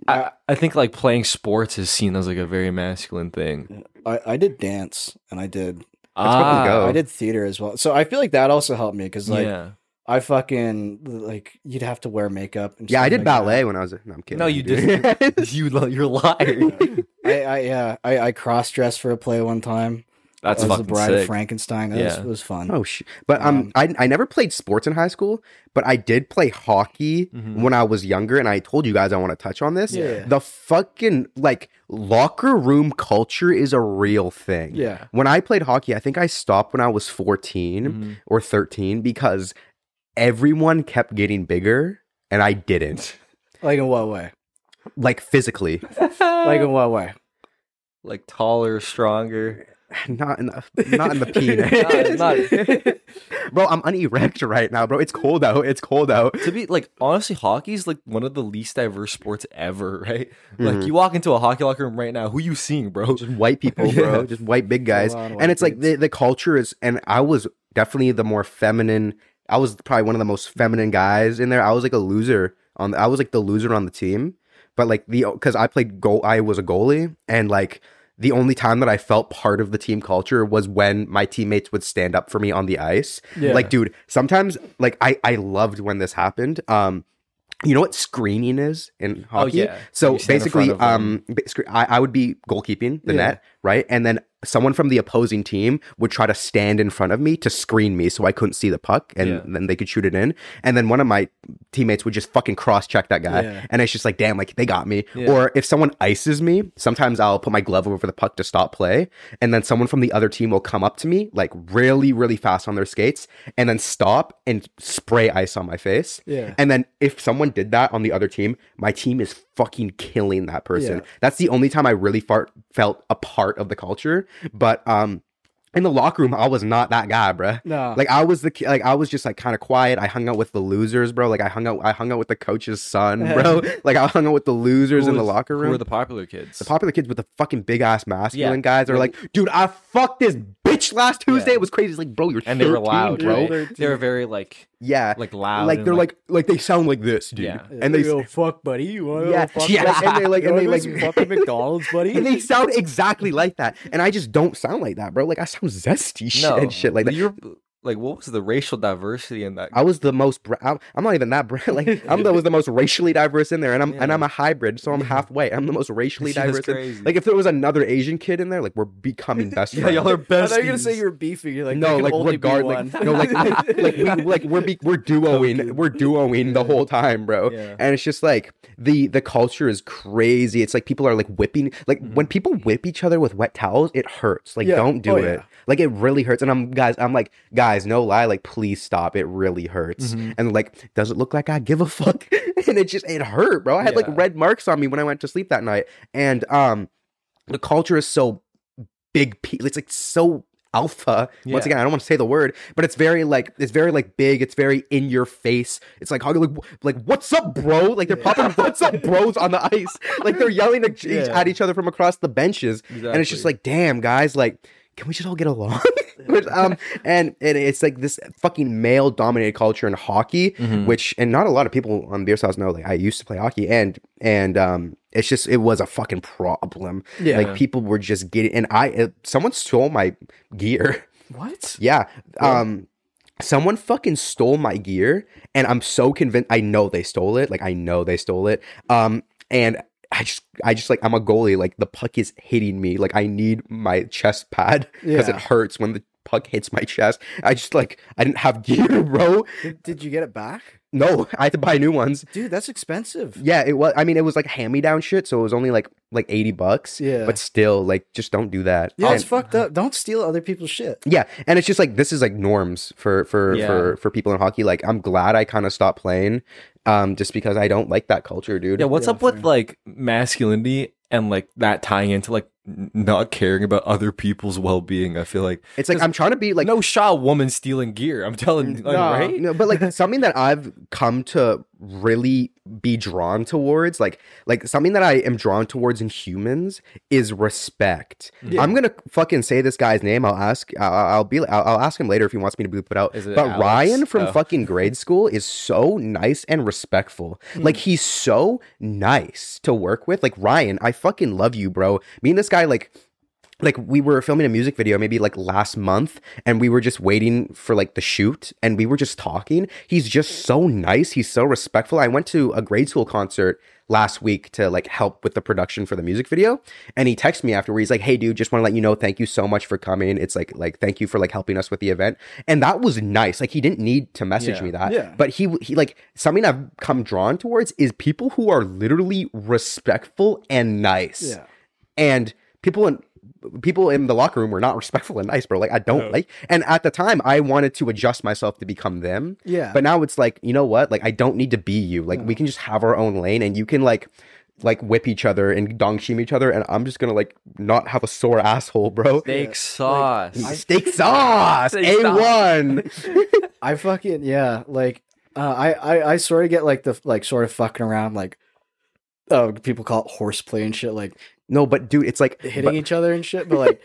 B: I, I think like playing sports is seen as like a very masculine thing. Ah,
C: I, I did dance and I did
A: probably go. Oh.
C: I did theater as well. So I feel like that also helped me because like
B: yeah.
C: I fucking like you'd have to wear makeup. And
A: Yeah, I
C: stuff
A: did
C: like
A: ballet when I was. No, I'm kidding.
B: No, you
A: dude.
B: didn't. you li- you're lying.
C: that. I, I yeah, I, I cross dressed for a play one time.
B: That's
C: I was the
B: fucking
C: Bride of
B: sick.
C: Frankenstein. That was,
B: Yeah.
C: was fun.
A: Oh sh- but um, I I never played sports in high school, but I did play hockey
B: Mhm.
A: when I was younger, and I told you guys I want to touch on this.
C: Mm-hmm. Yeah.
A: The fucking like locker room culture is a real thing.
C: yeah.
A: When I played hockey, I think I stopped when I was 14
C: Mm-hmm.
B: Mhm.
A: or thirteen because everyone kept getting bigger and I didn't.
C: Like in what way?
A: Like physically,
C: Like in what way?
B: like taller, stronger.
A: not in the, not in the penis,
B: Not- not-
A: bro. I'm unerect right now, bro. It's cold out. It's cold out.
B: to be like honestly, hockey is like one of the least diverse sports ever, right? Like
A: Mhm.
B: you walk into a hockey locker room right now, who you seeing, bro?
A: Just white people, bro.
B: Yeah.
A: Just white big guys.
C: Full on white
A: and it's like the, the culture is and i was definitely the more feminine i was probably one of the most feminine guys in there i was like a loser on i was like the loser on the team but like the because i played goal i was a goalie and like the only time that i felt part of the team culture was when my teammates would stand up for me on the ice
B: Yeah.
A: like dude sometimes like i i loved when this happened um you know what screening is in hockey?
B: Oh, yeah.
A: So
B: You stand in
A: basically,
B: front of
A: um,
B: them.
A: ba- scre- I, I would be goalkeeping the
C: Yeah.
A: net, right? And then someone from the opposing team would try to stand in front of me to screen me so I couldn't see the puck and
B: Yeah.
A: then they could shoot it in. And then one of my teammates would just fucking cross check that guy.
C: Yeah.
A: And it's just like, damn, like they got me.
B: Yeah.
A: Or if someone ices me, sometimes I'll put my glove over the puck to stop play. And then someone from the other team will come up to me, like really, really fast on their skates, and then stop and spray ice on my face.
C: Yeah.
A: And then if someone did that on the other team, my team is fucking killing that person.
C: Yeah.
A: That's the only time I really fart, felt a part of the culture. But um, in the locker room, I was not that guy, bruh.
C: No.
A: Like I was the ki- like I was just like kind of quiet. I hung out with the losers, bro. Like I hung out I hung out with the coach's son, bro. like I hung out with the losers in the
B: was-
A: locker room.
B: Who are the popular kids?
A: The popular kids with the fucking big ass masculine
B: Yeah.
A: guys are like, dude, I fucked this bitch last Tuesday.
B: Yeah.
A: It was crazy. It's like, bro, you're
B: and they were
A: 13,
B: loud,
A: bro.
B: right? They were very like
A: Yeah,
B: like loud.
A: like
B: and,
A: they're like, like they sound like this, dude.
B: Yeah.
A: And they
C: go, fuck, buddy. You want to
A: Yeah,
C: fuck
A: yeah.
C: buddy?
A: And they, like-
C: You
A: and
C: wanna
A: they,
C: go
A: like-
C: to fucking McDonald's,
A: and
C: buddy.
A: they sound exactly like that. And I just don't sound like that, bro. Like I sound zesty shit
B: no
A: and shit like that.
B: You're like, what was the racial diversity in that?
A: I was the most. Bra- I'm, I'm not even that. Bra- like I'm the was the most racially diverse in there, and I'm and I'm a hybrid, so I'm halfway. I'm the most racially
B: Shit is
A: diverse. in-
B: crazy.
A: like if there was another Asian kid in there, like we're becoming best
B: yeah,
A: friends.
B: y'all are
C: I
B: best.
C: thought you were gonna say you were beefing. You're like
A: no,
C: there can
A: like
C: only be
A: regard,
C: one.
A: like no, like like, like, we, like we're be, we're duoing, we're duoing the whole time, bro.
B: Yeah.
A: And it's just like the the culture is crazy. It's like people are like whipping, like when people whip each other with wet towels, it hurts. Like
C: Mm-hmm. Yeah.
A: don't do
C: Oh,
A: it.
C: yeah.
A: Like it really hurts. And I'm guys, I'm like guys, no lie, like please stop. It really hurts.
C: Mm-hmm.
A: And like, does it look like I give a fuck? and it just it hurt, bro. I had
B: Yeah.
A: like red marks on me when I went to sleep that night. And um, the culture is so big p it's like so alpha once
B: Yeah.
A: again i don't want to say the word but it's very like it's very like big it's very in your face it's like hockey like, wh- like what's up bro like they're popping what's up bros on the ice like they're yelling at, each-
B: Yeah.
A: at each other from across the benches and it's just
B: Exactly.
A: like damn guys like can we just all get along Which, um and, and it's like this fucking male dominated culture in hockey
B: Mhm.
A: which and not a lot of people on beer sauce know like i used to play hockey and and um it's just it was a fucking problem
C: Yeah.
A: like people were just getting and i uh, someone stole my gear
C: what?
A: yeah um someone fucking stole my gear and i'm so convinced i know they stole it like i know they stole it um and i just i just like i'm a goalie like the puck is hitting me like i need my chest pad because
C: Yeah.
A: it hurts when the puck hits my chest i just like i didn't have gear bro
C: Did, did you get it back?
A: no i had to buy new ones
C: Dude, that's expensive.
A: yeah it was i mean it was like hand me down shit so it was only like like 80 bucks
C: Yeah.
A: but still like just don't do that
C: Yeah,
A: And-
C: it's fucked up. Don't steal other people's shit.
A: yeah, and it's just like this is like norms for for
B: Yeah.
A: for for people in hockey. Like I'm glad I kind of stopped playing, um, just because I don't like that culture, dude.
B: Yeah, what's
C: Yeah,
B: up with
C: fair.
B: like masculinity and like that tying into like n- not caring about other people's well being? I feel like
A: it's like I'm trying to be like
B: no Shaw woman stealing gear. I'm telling you, like,
C: Nah.
B: right?
A: No, but like something that I've come to really be drawn towards, like like something that I am drawn towards in humans is respect.
B: Yeah.
A: I'm gonna fucking say this guy's name. I'll ask. I'll, I'll be. I'll, I'll ask him later if he wants me to bleep it out.
B: Is it
A: but
B: Alex?
A: Ryan from
B: Oh.
A: fucking grade school is so nice and respectful.
B: Hmm.
A: Like he's so nice to work with. Like Ryan, I fucking love you, bro. Me and this guy, like like we were filming a music video maybe like last month and we were just waiting for like the shoot and we were just talking he's just so nice he's so respectful i went to a grade school concert last week to like help with the production for the music video and he texted me afterward he's like hey dude just want to let you know thank you so much for coming it's like like thank you for like helping us with the event and that was nice like he didn't need to message
B: Yeah.
A: me that
C: Yeah.
A: but he he like something i've come drawn towards is people who are literally respectful and nice
C: Yeah.
A: and people in people in the locker room were not respectful and nice, bro. Like I don't
B: No.
A: like. And at the time, I wanted to adjust myself to become them.
C: Yeah.
A: But now it's like you know what? Like I don't need to be you. Like we
C: No.
A: can just have our own lane, and you can like like whip each other and dong shim each other, and I'm just gonna like not have a sore asshole, bro.
B: Steak
C: Yeah.
B: sauce.
C: I-
A: Steak sauce,
B: Steak
A: a
B: sauce.
A: one.
C: I fucking yeah, like uh, I, I I sort of get like the like sort of fucking around like oh people call it horseplay and shit like
A: No, but dude, it's like
C: hitting each other and shit, but like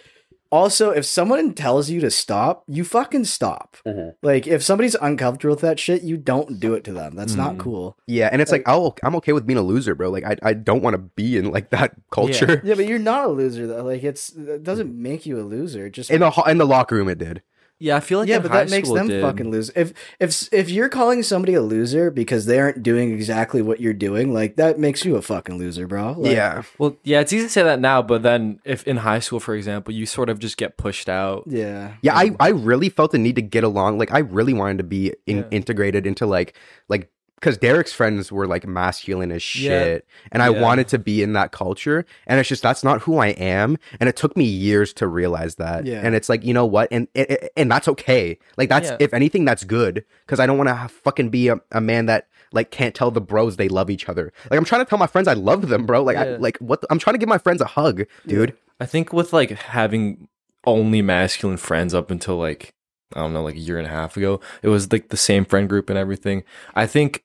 C: also if someone tells you to stop, you fucking stop.
A: Mhm.
C: Like if somebody's uncomfortable with that shit, you don't do it to them. That's not
B: Mhm.
C: cool.
A: yeah, and it's like, oh, I'm okay with being a loser, bro. Like I I don't want to be in like that culture.
C: Yeah, but you're not a loser though. Like it's it doesn't make you a loser. It Just
A: In the ho- in the locker room, it did.
B: yeah, I feel like
C: yeah,
B: in
C: but
B: high
C: that makes
B: school
C: them
B: it did.
C: fucking lose. If if if you're calling somebody a loser because they aren't doing exactly what you're doing, like that makes you a fucking loser, bro. Like,
A: yeah,
B: Well, yeah, it's easy to say that now, but then if in high school, for example, you sort of just get pushed out.
C: yeah,
A: Yeah, I, I really felt the need to get along. Like I really wanted to be in,
B: Yeah.
A: integrated into like like because Derek's friends were like masculine as
B: Yeah.
A: shit, and I
B: Yeah.
A: wanted to be in that culture. And it's just that's not who I am. And it took me years to realize that.
C: Yeah.
A: And it's like you know what, and and, and that's okay. Like that's
B: Yeah.
A: if anything, that's good because I don't want to fucking be a, a man that like can't tell the bros they love each other. Like I'm trying to tell my friends I love them, bro. Like I,
B: Yeah.
A: like what the- I'm trying to give my friends a hug, dude.
B: I think with like having only masculine friends up until like I don't know, like a year and a half ago, it was like the same friend group and everything. I think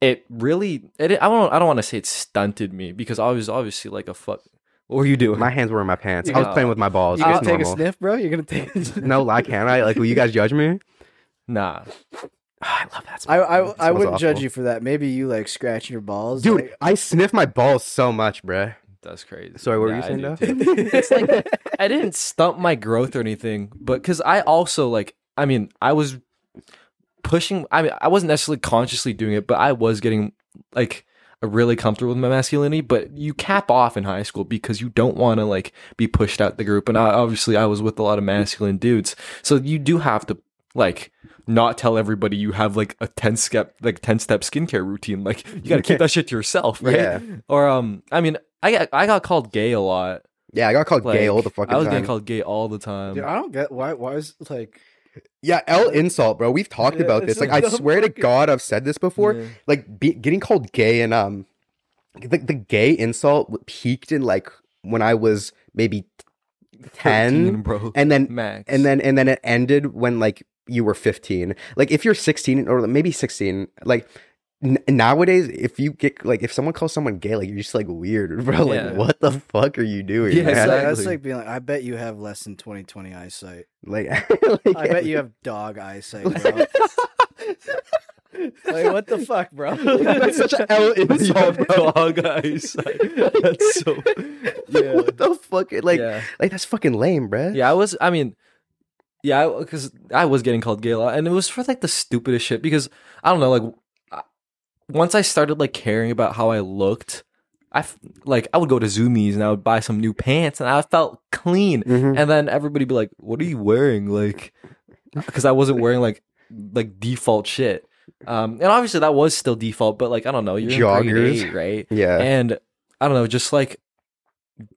B: it really, it I don't, I don't want to say it stunted me because I was obviously like a fuck. What were you doing?
A: My hands were in my pants.
B: You
A: I was
B: can-
A: playing with my balls.
C: You gonna
A: It's
C: take
A: normal.
C: a sniff, bro? You're gonna take. A sniff?
A: No, like, can I? Like, will you guys judge me?
B: nah,
A: I love that.
C: I I, I
A: smells
C: wouldn't judge
A: awful.
C: you for that. Maybe you like scratching your balls,
A: dude. I sniff my balls so much, bruh.
B: that's crazy.
A: Sorry, what were
B: Yeah,
A: you
B: I
A: saying?
B: do
A: though?
B: too. it's like I didn't stunt my growth or anything, but because I also like, I mean, I was pushing. I mean, I wasn't necessarily consciously doing it, but I was getting like really comfortable with my masculinity. But you cap off in high school because you don't want to like be pushed out the group. And I, obviously, I was with a lot of masculine dudes, so you do have to like not tell everybody you have like a 10 step like 10 step skincare routine like you got to keep that shit to yourself right
A: Yeah.
B: or um i mean i got i got called gay a lot
A: Yeah, I got called gay
B: like,
A: all the fucking
B: I was
A: time.
B: getting called gay all the time.
C: Dude, I don't get why. Why is like
A: yeah, L insult, bro. We've talked
C: Yeah,
A: about
C: it's
A: this. Like,
C: a
A: I
C: dumb
A: swear to
C: fucking-
A: God, I've said this before.
B: Yeah.
A: Like, be, getting called gay and um, the the gay insult peaked in like when I was maybe ten,
B: 13, bro.
A: and then
B: max.
A: and then and then it ended when like you were 15 like if you're 16 or maybe 16 like n- nowadays if you get like if someone calls someone gay like you're just like weird bro like
B: Yeah.
A: what the fuck are you doing
B: Yeah,
A: man?
C: it's like- that's
B: exactly.
C: like being like. I bet you have less than 20/20 eyesight.
A: like,
C: I bet you have dog eyesight, bro. like what the fuck, bro?
A: that's such an L insult bro
B: dog eyes. That's so.
A: what the fuck like
B: yeah.
A: like that's fucking lame bro
B: yeah, I was. I mean, Yeah, because I was getting called gay a lot, and it was for like the stupidest shit. Because I don't know, like I- once I started like caring about how I looked, I f- like I would go to Zoomies and I would buy some new pants, and I felt clean.
A: Mm-hmm.
B: And then everybody be like, "What are you wearing?" Like, because I wasn't wearing like like default shit. Um, and obviously that was still default, but like I don't know, you're in grade
A: Joggers.
B: eight, right?
A: Yeah.
B: and I don't know, just like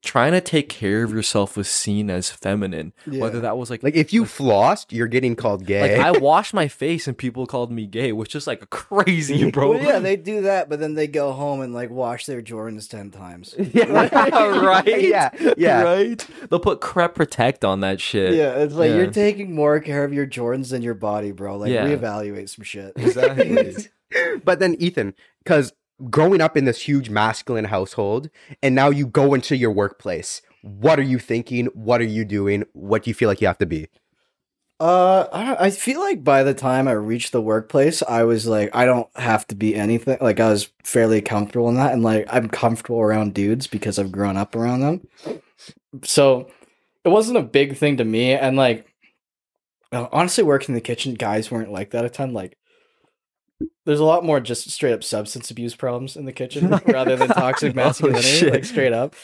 B: trying to take care of yourself was seen as feminine. Whether that was like
A: like if you flossed, you're getting called
B: like
A: gay.
B: I washed my face and people called me gay, which is like crazy, bro.
C: Well, yeah, they do that, but then they go home and like wash their Jordans ten times.
B: right?
A: Yeah. Yeah.
B: Right? They'll put crep protect on that shit.
C: Yeah, it's like
B: Yeah.
C: you're taking more care of your Jordans than your body, bro. Like
B: Yeah.
C: reevaluate some shit.
B: Exactly.
A: but then Ethan, because growing up in this huge masculine household, and now you go into your workplace. What are you thinking? What are you doing? What do you feel like you have to be?
C: Uh, I, don't- I feel like by the time I reached the workplace, I was like, I don't have to be anything. Like, I was fairly comfortable in that, and like, I'm comfortable around dudes because I've grown up around them. So, it wasn't a big thing to me. And like, uh, honestly, working in the kitchen, guys weren't like that a ton. Like, there's a lot more just straight up substance abuse problems in the kitchen rather than toxic
B: Oh,
C: masculinity.
B: shit.
C: like, straight up.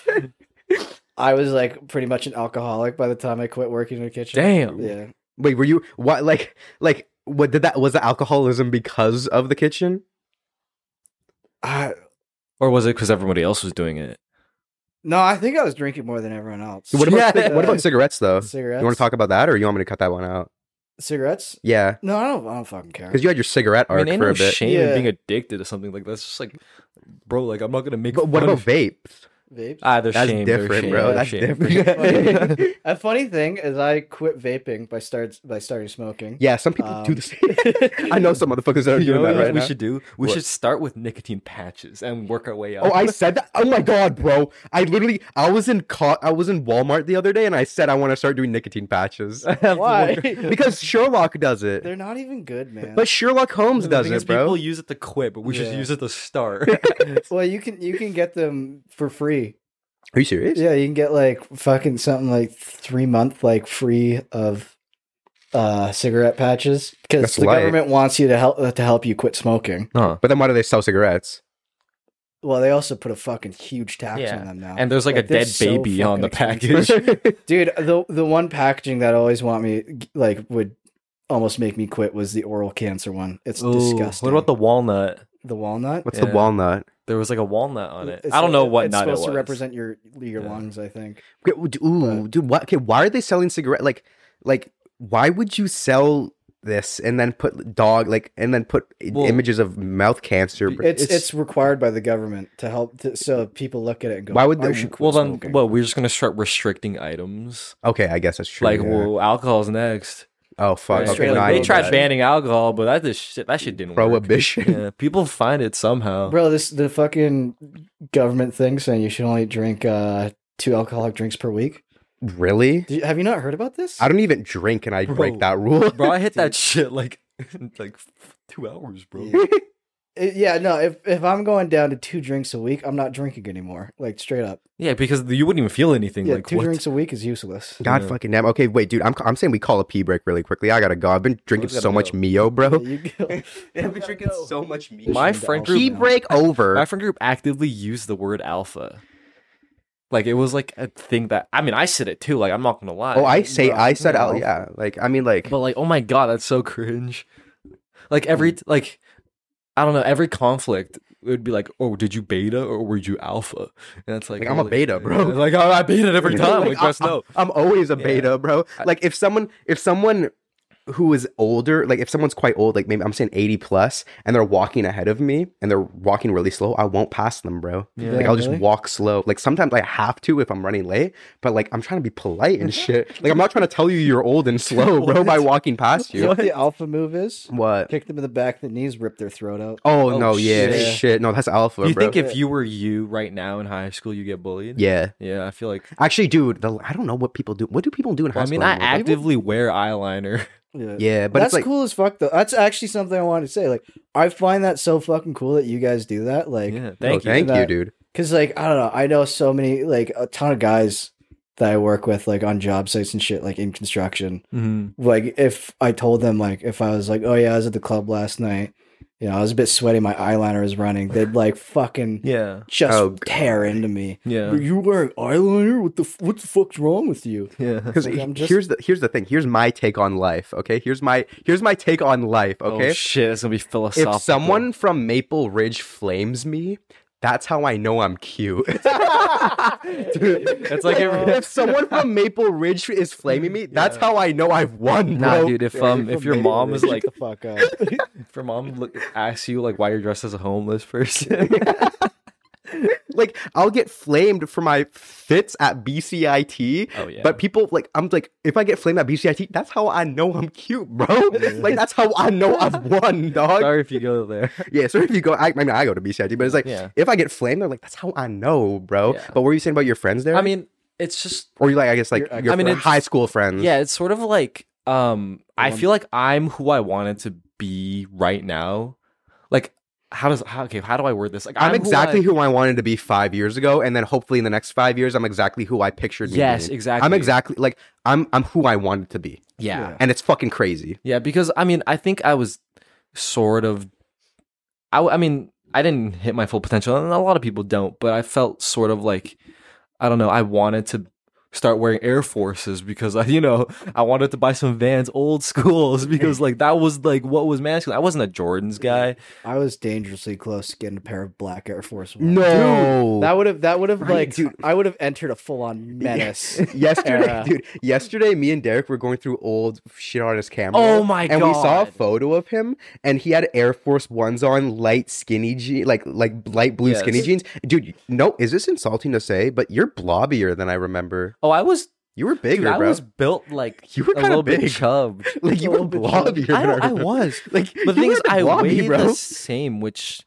C: I was like pretty much an alcoholic by the time I quit working in the kitchen.
B: Damn.
C: Yeah.
A: Wait, were you what like like what did that was the alcoholism because of the kitchen?
C: I,
B: Or was it because everybody else was doing it?
C: No, I think I was drinking more than everyone else.
A: What about
B: Yeah.
A: what about cigarettes though?
C: cigarettes?
A: You want to talk about that, or you want me to cut that one out?
C: cigarettes?
A: Yeah,
C: No, I don't. I don't fucking care.
A: because you had your cigarette
B: I
A: arc
B: mean, ain't
A: for
B: no
A: a bit.
B: shame in
C: Yeah.
B: being addicted to something like that's just like, bro, like I'm not gonna make.
A: But what
B: fun
A: about
B: of-
A: vapes?
C: Vapes.
B: Ah, they're
A: That's
B: shame. they're
A: different,
B: shame,
A: bro.
B: they're
A: That's
B: shame.
A: different.
C: a funny thing is, I quit vaping by starts by starting smoking.
A: yeah, some people do
C: Um,
A: the same. I know some motherfuckers that are
B: You know
A: doing
B: what
A: that right
B: Um, we
A: now.
B: should do? We
A: What?
B: should start with nicotine patches and work our way up.
A: Oh, I said that. Oh my god, bro! I literally, I was in co- I was in Walmart the other day, and I said I want to start doing nicotine patches
C: Why?
A: because Sherlock does it,
C: They're not even good, man.
A: but Sherlock Holmes
B: The
A: does
B: thing is
A: it, bro.
B: People use it to quit, but we should
C: Yeah.
B: use it to start.
C: well, you can you can get them for free.
A: Are you serious?
C: Yeah, you can get like fucking something like three month like free of uh cigarette patches because
A: That's
C: the
A: light.
C: government wants you to help to help you quit smoking.
B: huh.
A: But then why do they sell cigarettes?
C: Well, they also put a fucking huge tax
B: Yeah.
C: on them now.
B: And there's like,
C: Like,
B: a
C: they're
B: dead
C: so
B: baby on
C: fucking
B: the package.
C: expensive. Dude, the the one packaging that always want me like would almost make me quit was the oral cancer one. It's disgusting.
B: What about the walnut?
C: the walnut?
A: What's
B: Yeah.
A: the walnut?
B: There was like a walnut on it.
C: It's
B: I don't know
C: like-
B: what
C: it's
B: nut it
C: supposed
B: was.
C: to represent your your
B: Yeah.
C: lungs. I think
A: Okay, w- d- Ooh, dude, what? Okay, why are they selling cigarette? Like, like, why would you sell this and then put dog like and then put i-
B: Well,
A: images of mouth cancer?
B: be-
A: bro?
C: it's it's,
B: It's-
C: required by the government to help to, so people look at it and go.
A: Why would
C: I
A: they-
C: should quit
B: well, then,
C: smoking."
B: well, we're just gonna start restricting items.
A: okay, I guess that's true.
B: like,
A: yeah.
B: well, alcohol's next.
A: oh fuck,
B: Right.
A: okay,
C: Straight
A: no,
C: up
A: I
B: they
A: get
B: tried
A: that.
B: banning alcohol, but that just shit, that shit didn't work.
A: prohibition.
B: Yeah, people find it somehow.
C: bro, this the fucking government thing saying you should only drink uh two alcoholic drinks per week.
A: Really?
C: Do you, have you not heard about this?
A: I don't even drink, and I break
B: Bro.
A: that rule.
B: Bro, I hit that shit like like two hours, bro.
C: Yeah. Uh, yeah, no. If if I'm going down to two drinks a week, I'm not drinking anymore. Like straight up.
B: Yeah, because you wouldn't even feel anything.
C: Yeah,
B: like
C: two
B: what?
C: drinks a week is useless.
A: God
B: Yeah.
A: fucking damn. Okay, wait, dude. I'm I'm saying we call a pee break really quickly. I gotta go. I've been drinking
B: gotta
A: so much
B: go.
A: Mio, bro.
C: You go-
A: I've been drinking so much Mio.
B: My
C: Listen to
B: friend
C: Alpha
A: pee
B: group
C: now.
A: break
B: My
A: over.
B: friend group actively used the word alpha. Like it was like a thing that I mean I said it too. Like I'm not gonna lie.
A: Oh, I say, I said,
B: no.
A: oh yeah. Like, I mean, like,
B: But like, oh my god, that's so cringe. Like every
A: Mm.
B: like, I don't know. Every conflict it would be like, oh, did you beta or were you alpha? And it's like,
A: Like, I'm a
B: holy-
A: beta, bro.
B: Like I, I beta every time. like, best
A: I,
B: no.
A: am always a
B: Yeah.
A: beta, bro. Like, if someone, if someone who is older, like, if someone's quite old, like maybe I'm saying 80 plus, and they're walking ahead of me, and they're walking really slow, I won't pass them, bro.
B: Yeah.
A: Like, I'll just
C: Really?
A: walk slow. Like, sometimes I have to if I'm running late, but like, I'm trying to be polite and shit. Like, I'm not trying to tell you you're old and slow, bro, by walking past
C: You know
A: you.
C: what the alpha move is?
A: What?
C: Kick them in the back, the knees, rip their throat out.
A: Oh,
B: Oh,
A: no, yeah,
B: shit.
A: shit. No, that's alpha,
B: Do you
A: bro.
B: think if you were you right now in high school, you get bullied?
A: yeah.
B: Yeah, I feel like.
A: Actually, dude, the, I don't know what people do. What do people do in high
B: I
A: school?
B: mean, I
A: anymore?
B: actively wear eyeliner.
A: Yeah, but
C: that's
A: it's like,
C: cool as fuck though. That's actually something I wanted to say. Like, I find that so fucking cool that you guys do that. Like,
B: yeah,
A: Oh,
B: thank you.
A: thank you,
C: That-
A: dude.
C: Cause like I don't know, I know so many like a ton of guys that I work with, like on job sites and shit, like in construction.
B: Mm-hmm.
C: Like if I told them, like if I was like, oh yeah, I was at the club last night, you know, I was a bit sweaty, my eyeliner was running. They'd like fucking
B: Yeah.
C: just
A: Oh, God.
C: tear into me.
B: Yeah.
C: But You wearing eyeliner? What the f- what the fuck's wrong with you?
B: Yeah.
A: Because
C: Like, I'm just-
A: here's the here's the thing. Here's my take on life. Okay. Here's my here's my take on life. Okay.
B: Oh shit, it's gonna be philosophical.
A: if someone from Maple Ridge flames me, that's how I know I'm cute.
B: it's like every-
A: if someone from Maple Ridge is flaming me, that's how I know I've won,
B: Nah,
A: bro.
B: dude. If um, if your
C: Amazing.
B: mom is
C: Shut
B: like,
C: the fuck up.
B: if your mom look, asks you like why you're dressed as a homeless person,
A: Like I'll get flamed for my fits at BCIT.
B: Oh, yeah.
A: But people like I'm like if I get flamed at BCIT, that's how I know I'm cute, bro. like that's how I know I've won, dog.
B: sorry if you go there.
A: Yeah, so if you go, I, I mean, I go to BCIT, but it's like,
B: Yeah.
A: if I get flamed, they're like, that's how I know, bro.
B: Yeah.
A: But what were you saying about your friends there?
B: I mean, it's just
A: or you like, I guess, like
C: Your-
A: your
B: I mean, it's-
A: high school friends.
B: yeah, it's sort of like um, I
C: Um,
B: feel like I'm who I wanted to be right now. Like, how does how, okay? How do I word this? Like,
A: I'm, exactly
B: who. I-
A: who I wanted to be five years ago, and then hopefully in the next five years, I'm exactly who I pictured. Me
B: Yes,
A: being.
B: exactly.
A: I'm exactly like I'm. I'm who I wanted to be,
B: Yeah. yeah.
A: and it's fucking crazy.
B: because I mean, I think I was sort of I w- I mean, I didn't hit my full potential and a lot of people don't, but I felt sort of like I don't know, I wanted to start wearing Air Forces because I, you know, I wanted to buy some Vans old schools because like that was like what was masculine. I wasn't a Jordans guy.
C: I was dangerously close to getting a pair of black Air Force Ones.
A: No.
C: Dude, that would have that would have
A: Right,
C: like
A: dude.
C: I would have entered a full on menace.
A: yesterday,
C: Era.
A: dude. Yesterday, me and Derek were going through old shit on his camera.
B: Oh my
A: And we saw a
B: God.
A: photo of him, and he had Air Force Ones on, light skinny jeans, like like light blue skinny
B: Yes.
A: jeans. Dude, no, is this insulting to say? But you're blobbier than I remember.
B: Oh, I was
A: You were bigger,
B: dude, I
A: bro.
B: was built like
A: You were
B: a
A: kinda
B: little bit
A: big.
B: chubbed.
A: like you
C: a
A: were
C: little bit short.
A: blobbier.
B: I,
A: than
B: don't, I
A: remember.
B: was.
A: Like
B: But the thing
A: you
B: is,
A: were
B: I
A: blobby,
B: weighed
A: bro.
B: the same, which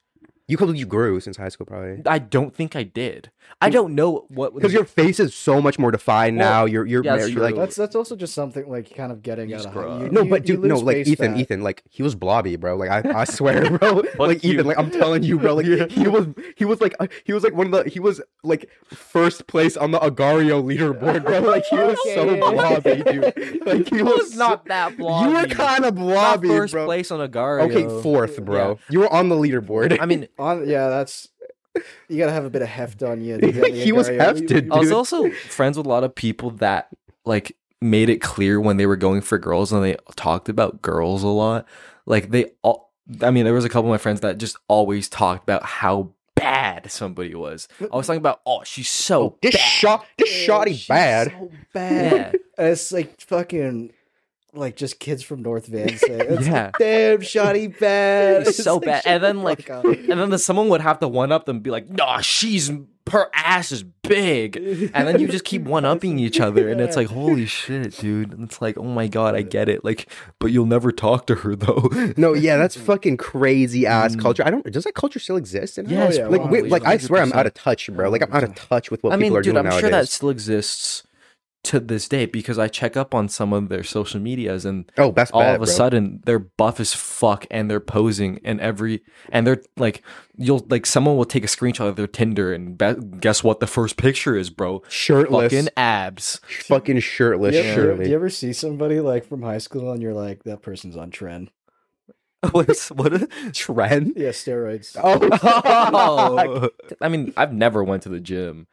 A: You called you grew since high school, probably.
B: I don't think I did. I don't know what
A: Because your face is so much more defined
B: Well,
A: now. You're you're,
B: yeah, that's
A: you're like
B: true.
C: That's that's also just something like kind of getting
B: You
C: out
B: just
C: of
B: grow
C: hand.
B: up.
A: no, but
C: you
A: dude, no,
C: lose
A: like
C: face
A: Ethan,
C: fat.
A: Ethan, like he was blobby, bro. Like I, I swear, bro.
B: But
A: like
B: you-
A: Ethan, like I'm telling you, bro. Like he was, he was like, uh, he was like one of the, he was like first place on the Agario leaderboard, bro. Like he was so blobby, dude. Like he was, so-
B: that
A: You were kind of blobby,
B: first
A: bro.
B: place on Agario.
A: Okay, fourth, bro. You were on the leaderboard.
B: I mean,
C: On, yeah, that's you gotta have a bit of heft on you. to get the
A: He was
C: Agario. You-
A: hefted,
C: you-
B: I was
A: Dude.
B: also friends with a lot of people that like made it clear when they were going for girls and they talked about girls a lot. Like they all, I mean, there was a couple of my friends that just always talked about how bad somebody was. I was talking about, oh, she's so
A: this
B: bad.
A: shot, this shoddy
C: She's
A: bad.
C: so bad.
B: yeah,
C: And it's like fucking like just kids from North Van say it's
B: Yeah.
C: like, damn shoddy bad.
B: It's so
C: like,
B: bad.
C: shut
B: And
C: the
B: then, like-
C: fuck up.
B: and then the, someone would have to one up them, and be like, nah, she's her ass is big. and then you just keep one upping each other, and it's like, holy shit, dude. And it's like, oh my god, I get it. Like, but you'll never talk to her though.
A: No, yeah, that's fucking crazy ass
B: Mm.
A: culture. I don't. Does that culture still exist? In
B: Yes,
A: Ireland? like,
B: probably,
A: we- like I swear, I'm out of touch, bro. Like, I'm out of touch with what
B: Oh, I
A: people
B: mean,
A: are
B: dude, I'm
A: doing nowadays.
B: sure that still exists to this day because I check up on some of their social medias, and
A: oh, best
B: all
A: bet,
B: of a
A: bro.
B: sudden they're buff as fuck and they're posing and every and they're like, you'll like someone will take a screenshot of their Tinder, and be- guess what? The first picture is, bro.
A: shirtless,
B: Fucking
A: fucking,
B: abs.
A: shirtless,
C: Do you, ever, do
A: surely.
C: you ever see somebody like from high school and you're like, that person's on trend?
B: What's what? a-
A: Trend.
C: Yeah, steroids.
A: Oh,
B: I mean, I've never went to the gym,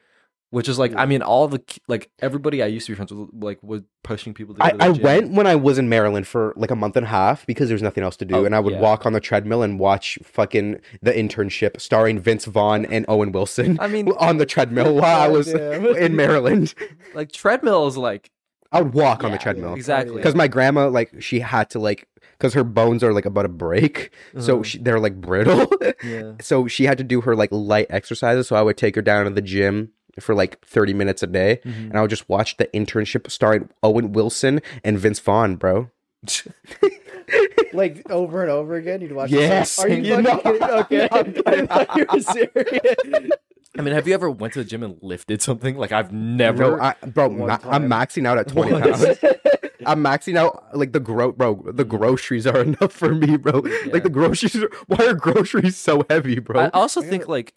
B: which is like, I mean, all the ki- like everybody I used to be friends with, like, was pushing people to go
A: I,
B: to the
A: I
B: gym.
A: went when I was in Maryland for like a month and a half because there was nothing else to do,
B: Oh,
A: and I would
B: yeah.
A: walk on the treadmill and watch fucking the internship starring Vince Vaughn and Owen Wilson.
B: I mean-
A: on the treadmill while I was
C: Goddamn.
A: in Maryland,
B: Like treadmill is like
A: I would walk on the
B: Yeah,
A: treadmill.
B: exactly
C: oh,
A: because my grandma like she had to like because her bones are like about to break so
B: Uh-huh.
A: she, they're like brittle
B: yeah.
A: so she had to do her like light exercises so i would take her down to the gym for like 30 minutes a day
B: Mm-hmm.
A: and i would just watch the internship starring owen wilson and vince vaughn bro
C: like over and over again. You'd watch.
A: Yes,
C: This. Are you,
A: you
C: fucking
A: know.
C: kidding? Okay. I thought you were serious.
B: I mean, have you ever went to the gym and lifted something? Like I've never.
A: bro, I, bro
C: One
A: ma- i'm
C: time.
A: maxing out at 20
B: Once.
A: pounds i'm maxing out like the gro bro the groceries are enough for me bro
B: Yeah.
A: like the groceries are- why are groceries so heavy bro
B: I also think like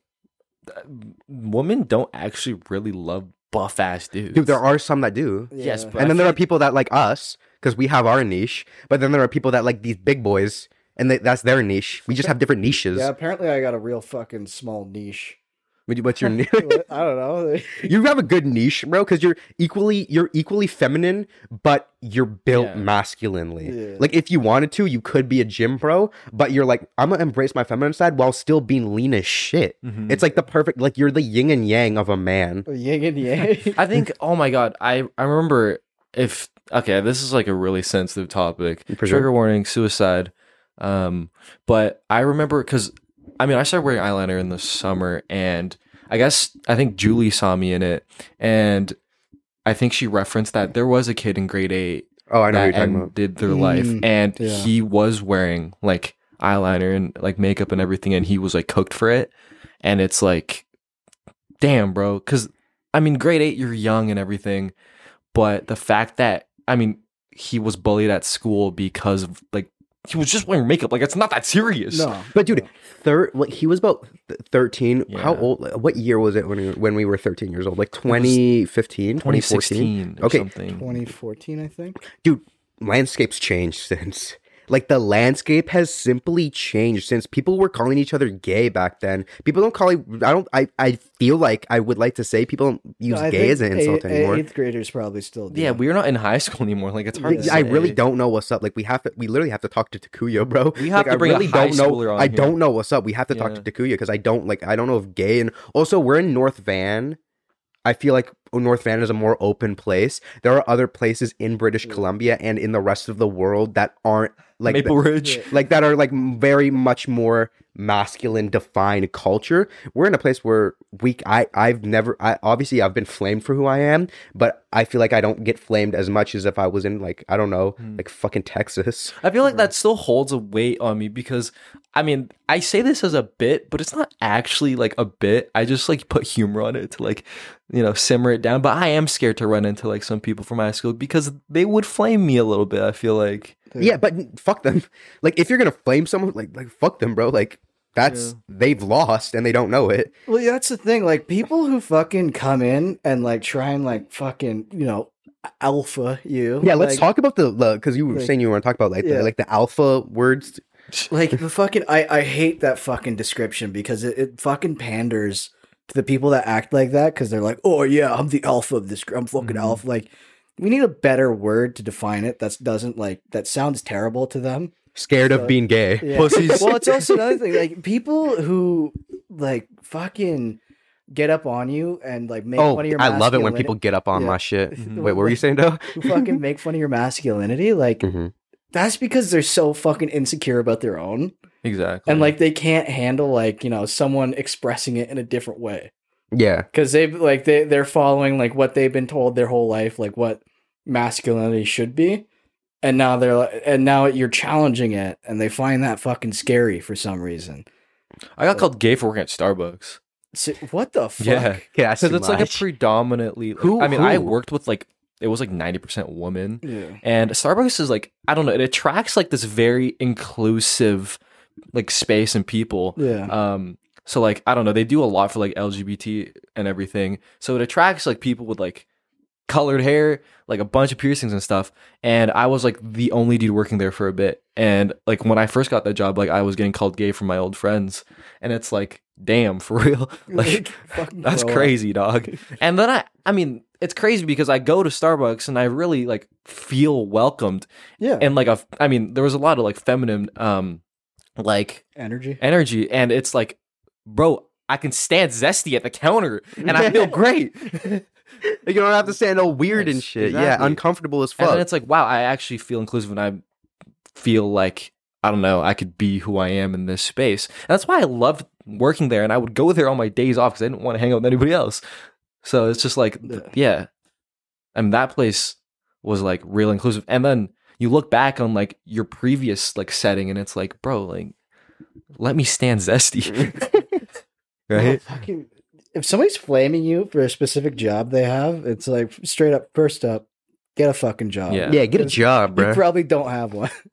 B: th- women don't actually really love buff ass dudes.
A: Dude, there are some that do.
B: Yes,
C: Yeah.
B: but
A: and then
B: I
A: there are
B: feel-
A: people that like us because we have our niche. But then there are people that like these big boys, and they, that's their niche. We just have different niches.
C: yeah, apparently I got a real fucking small niche.
A: What do- What's your niche?
C: I don't know.
A: you have a good niche, bro, because you're equally you're equally feminine, but you're built
B: Yeah.
A: masculinely.
C: Yeah.
A: Like if you wanted to, you could be a gym pro, but you're like, I'm gonna embrace my feminine side while still being lean as shit.
B: Mhm.
A: It's like the perfect like you're the yin and yang of a man.
C: Oh, Yin and yang.
B: I think. Oh my god. I I remember if okay. This is like a really sensitive topic.
A: For sure.
B: Trigger warning: suicide. Um, but I remember because I mean I started wearing eyeliner in the summer, and I guess I think Julie saw me in it, and I think she referenced that there was a kid in grade eight
A: Oh, I know what you're
B: that
A: talking about.
B: ended their life,
C: Mm,
B: and
C: yeah.
B: he was wearing like eyeliner and like makeup and everything, and he was like cooked for it, and it's like, damn, bro, because I mean, grade eight, you're young and everything, but the fact that I mean, he was bullied at school because of like he was just wearing makeup, like it's not that serious.
C: no.
A: But dude, thir- like he was about th- 13. How
B: Yeah.
A: old what year was it when we, when we were 13 years old? Like 2015, 2016.
B: 2016 or
A: Okay.
B: something.
C: 2014, I think.
A: Landscapes changed since. Like the landscape has simply changed since people were calling each other gay back then. People don't call e, I don't I I feel like I would like to say people don't use
C: I
A: gay
C: think
A: as an insult
C: eight-
A: anymore.
C: Eighth graders probably still do.
B: yeah, we're not in high school anymore. Like it's hard.
A: Like,
B: to
A: I really
B: say.
A: don't know what's up. Like we have to, we literally have to talk to Takuya, bro.
B: We have
A: Like,
B: to bring
A: I
B: a
A: really
B: high
A: don't know.
B: schooler on
A: I
B: here.
A: don't know what's up. We have to talk
B: Yeah.
A: to Takuya because I don't like. I don't know if gay and also we're in North Van. I feel like North Van is a more open place. There are other places in British Columbia and in the rest of the world that aren't like
B: Maple Ridge.
C: Yeah.
A: like that are like m- very much more masculine defined culture we're in a place where we i i've never i obviously i've been flamed for who i am but i feel like i don't get flamed as much as if i was in like i don't know
B: Hmm.
A: like fucking texas
B: I feel like that still holds a weight on me because I mean, I say this as a bit, but it's not actually like a bit. I just like put humor on it to like, you know, simmer it down. But I am scared to run into like some people from high school because they would flame me a little bit. I feel like
A: yeah but fuck them like if you're gonna flame someone like like fuck them bro like that's they've lost and they don't know it
C: Well, yeah, that's the thing. Like people who fucking come in and like try and like fucking you know alpha you.
A: yeah let's
C: like-
A: talk about the because you were
C: like-
A: saying you want to talk about like
C: Yeah.
A: the, like the alpha words
C: Like the fucking I I hate that fucking description because it, it fucking panders to the people that act like that because they're like, oh yeah, I'm the alpha of this. gr- I'm fucking
A: Mm-hmm.
B: Mhm.
C: alpha. Like we need a better word to define it. That doesn't like that sounds terrible to them.
A: scared
C: So-
A: of being gay
C: Yeah.
B: pussies.
C: well, it's also another thing. Like people who like fucking get up on you and like make
A: oh
C: fun of your.
A: i love it when
C: masculini-
A: people get up on
C: Yeah.
A: my shit
B: Mhm.
A: wait what were you saying though
C: who fucking make fun of your masculinity? Like
B: Mm.
A: Mhm.
C: that's because they're so fucking insecure about their own,
B: exactly.
C: and like they can't handle like you know someone expressing it in a different way
A: Yeah.
C: because they've like they they're following like what they've been told their whole life, like what masculinity should be. And now they're like- and now you're challenging it, and they find that fucking scary for some reason.
B: I got called gay for working at Starbucks
C: So, what the fuck?
B: Yeah.
A: Yeah, that's
B: because
A: too
B: it's like a
A: much.
B: predominantly.
A: Who-
B: I mean, I
A: who?
B: worked with like it was like ninety percent woman.
C: Yeah.
B: And Starbucks is like, I don't know, it attracts like this very inclusive like space and people.
C: Yeah.
B: Um so like I don't know, they do a lot for like LGBT and everything. So it attracts like people with like colored hair, like a bunch of piercings and stuff. And I was like the only dude working there for a bit. And like when I first got that job, like I was getting called gay from my old friends. And it's like, damn, for real. Like
C: fucking
B: that's
C: grow up.
B: crazy, dog. And then I, I mean, it's crazy because I go to Starbucks and I really like feel welcomed
C: Yeah.
B: and like a, I mean, there was a lot of like feminine, um, like
C: Energy.
B: energy, and it's like, bro, I can stand zesty at the counter and I feel great. and
A: you don't have to stand all weird and
B: Yes,
A: shit. Yeah,
B: exactly.
A: uncomfortable as
B: then
A: fuck.
B: it's like, wow, I actually feel inclusive and I feel like I don't know, I could be who I am in this space. And that's why I loved working there, and I would go there on my days off because I didn't want to hang out with anybody else. So it's just like, th- yeah. I mean, that place was like real inclusive. And then you look back on like your previous like setting and it's like, bro, like let me stand zesty. right?
C: Well, fucking, if somebody's flaming you for a specific job they have, it's like straight up. First up, get a fucking job.
B: Yeah.
A: yeah, get a job,
C: You
A: bro.
C: probably don't have one.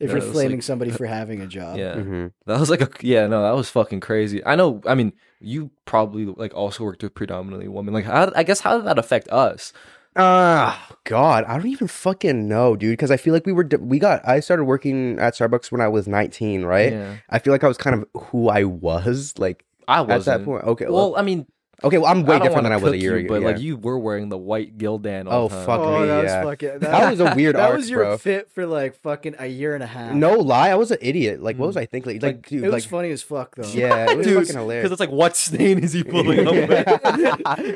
C: if
B: Yeah,
C: you're
B: it's
C: flaming
B: like-
C: somebody
A: uh,
C: for having a job.
B: Yeah.
A: Mhm.
B: That was like a yeah, no, that was fucking crazy. I know. I mean, you probably like also worked with predominantly women. Like, how, I guess how did that affect us?
A: Ah, God, I don't even fucking know, dude. Because I feel like we were d- we got. I started working at Starbucks when I was nineteen, right?
B: Yeah.
A: I feel like I was kind of who I was, like
B: I
A: at
B: wasn't.
A: that point. Okay,
B: Well,
A: well,
B: I mean,
A: okay, well, I'm way
B: I don't
A: different
B: wanna
A: than I was a
B: cook
A: year
B: you,
A: ago.
B: but
A: yeah.
B: like you were wearing the white Gildan. All
A: Oh,
B: the time.
A: fuck.
C: Oh,
A: me,
C: that was
A: yeah.
C: fucking. That,
A: that was a weird.
C: that
A: arc,
C: was your
A: bro.
C: fit for like fucking a year and a half.
A: No lie, I was an idiot. Like, what was
B: Mm.
A: I thinking? Like,
B: Like,
A: dude,
C: it was
A: like,
C: funny as fuck though.
A: yeah, it was
B: Dude,
A: fucking
B: Because
A: hilarious.
B: it's like, what stain is he pulling up with?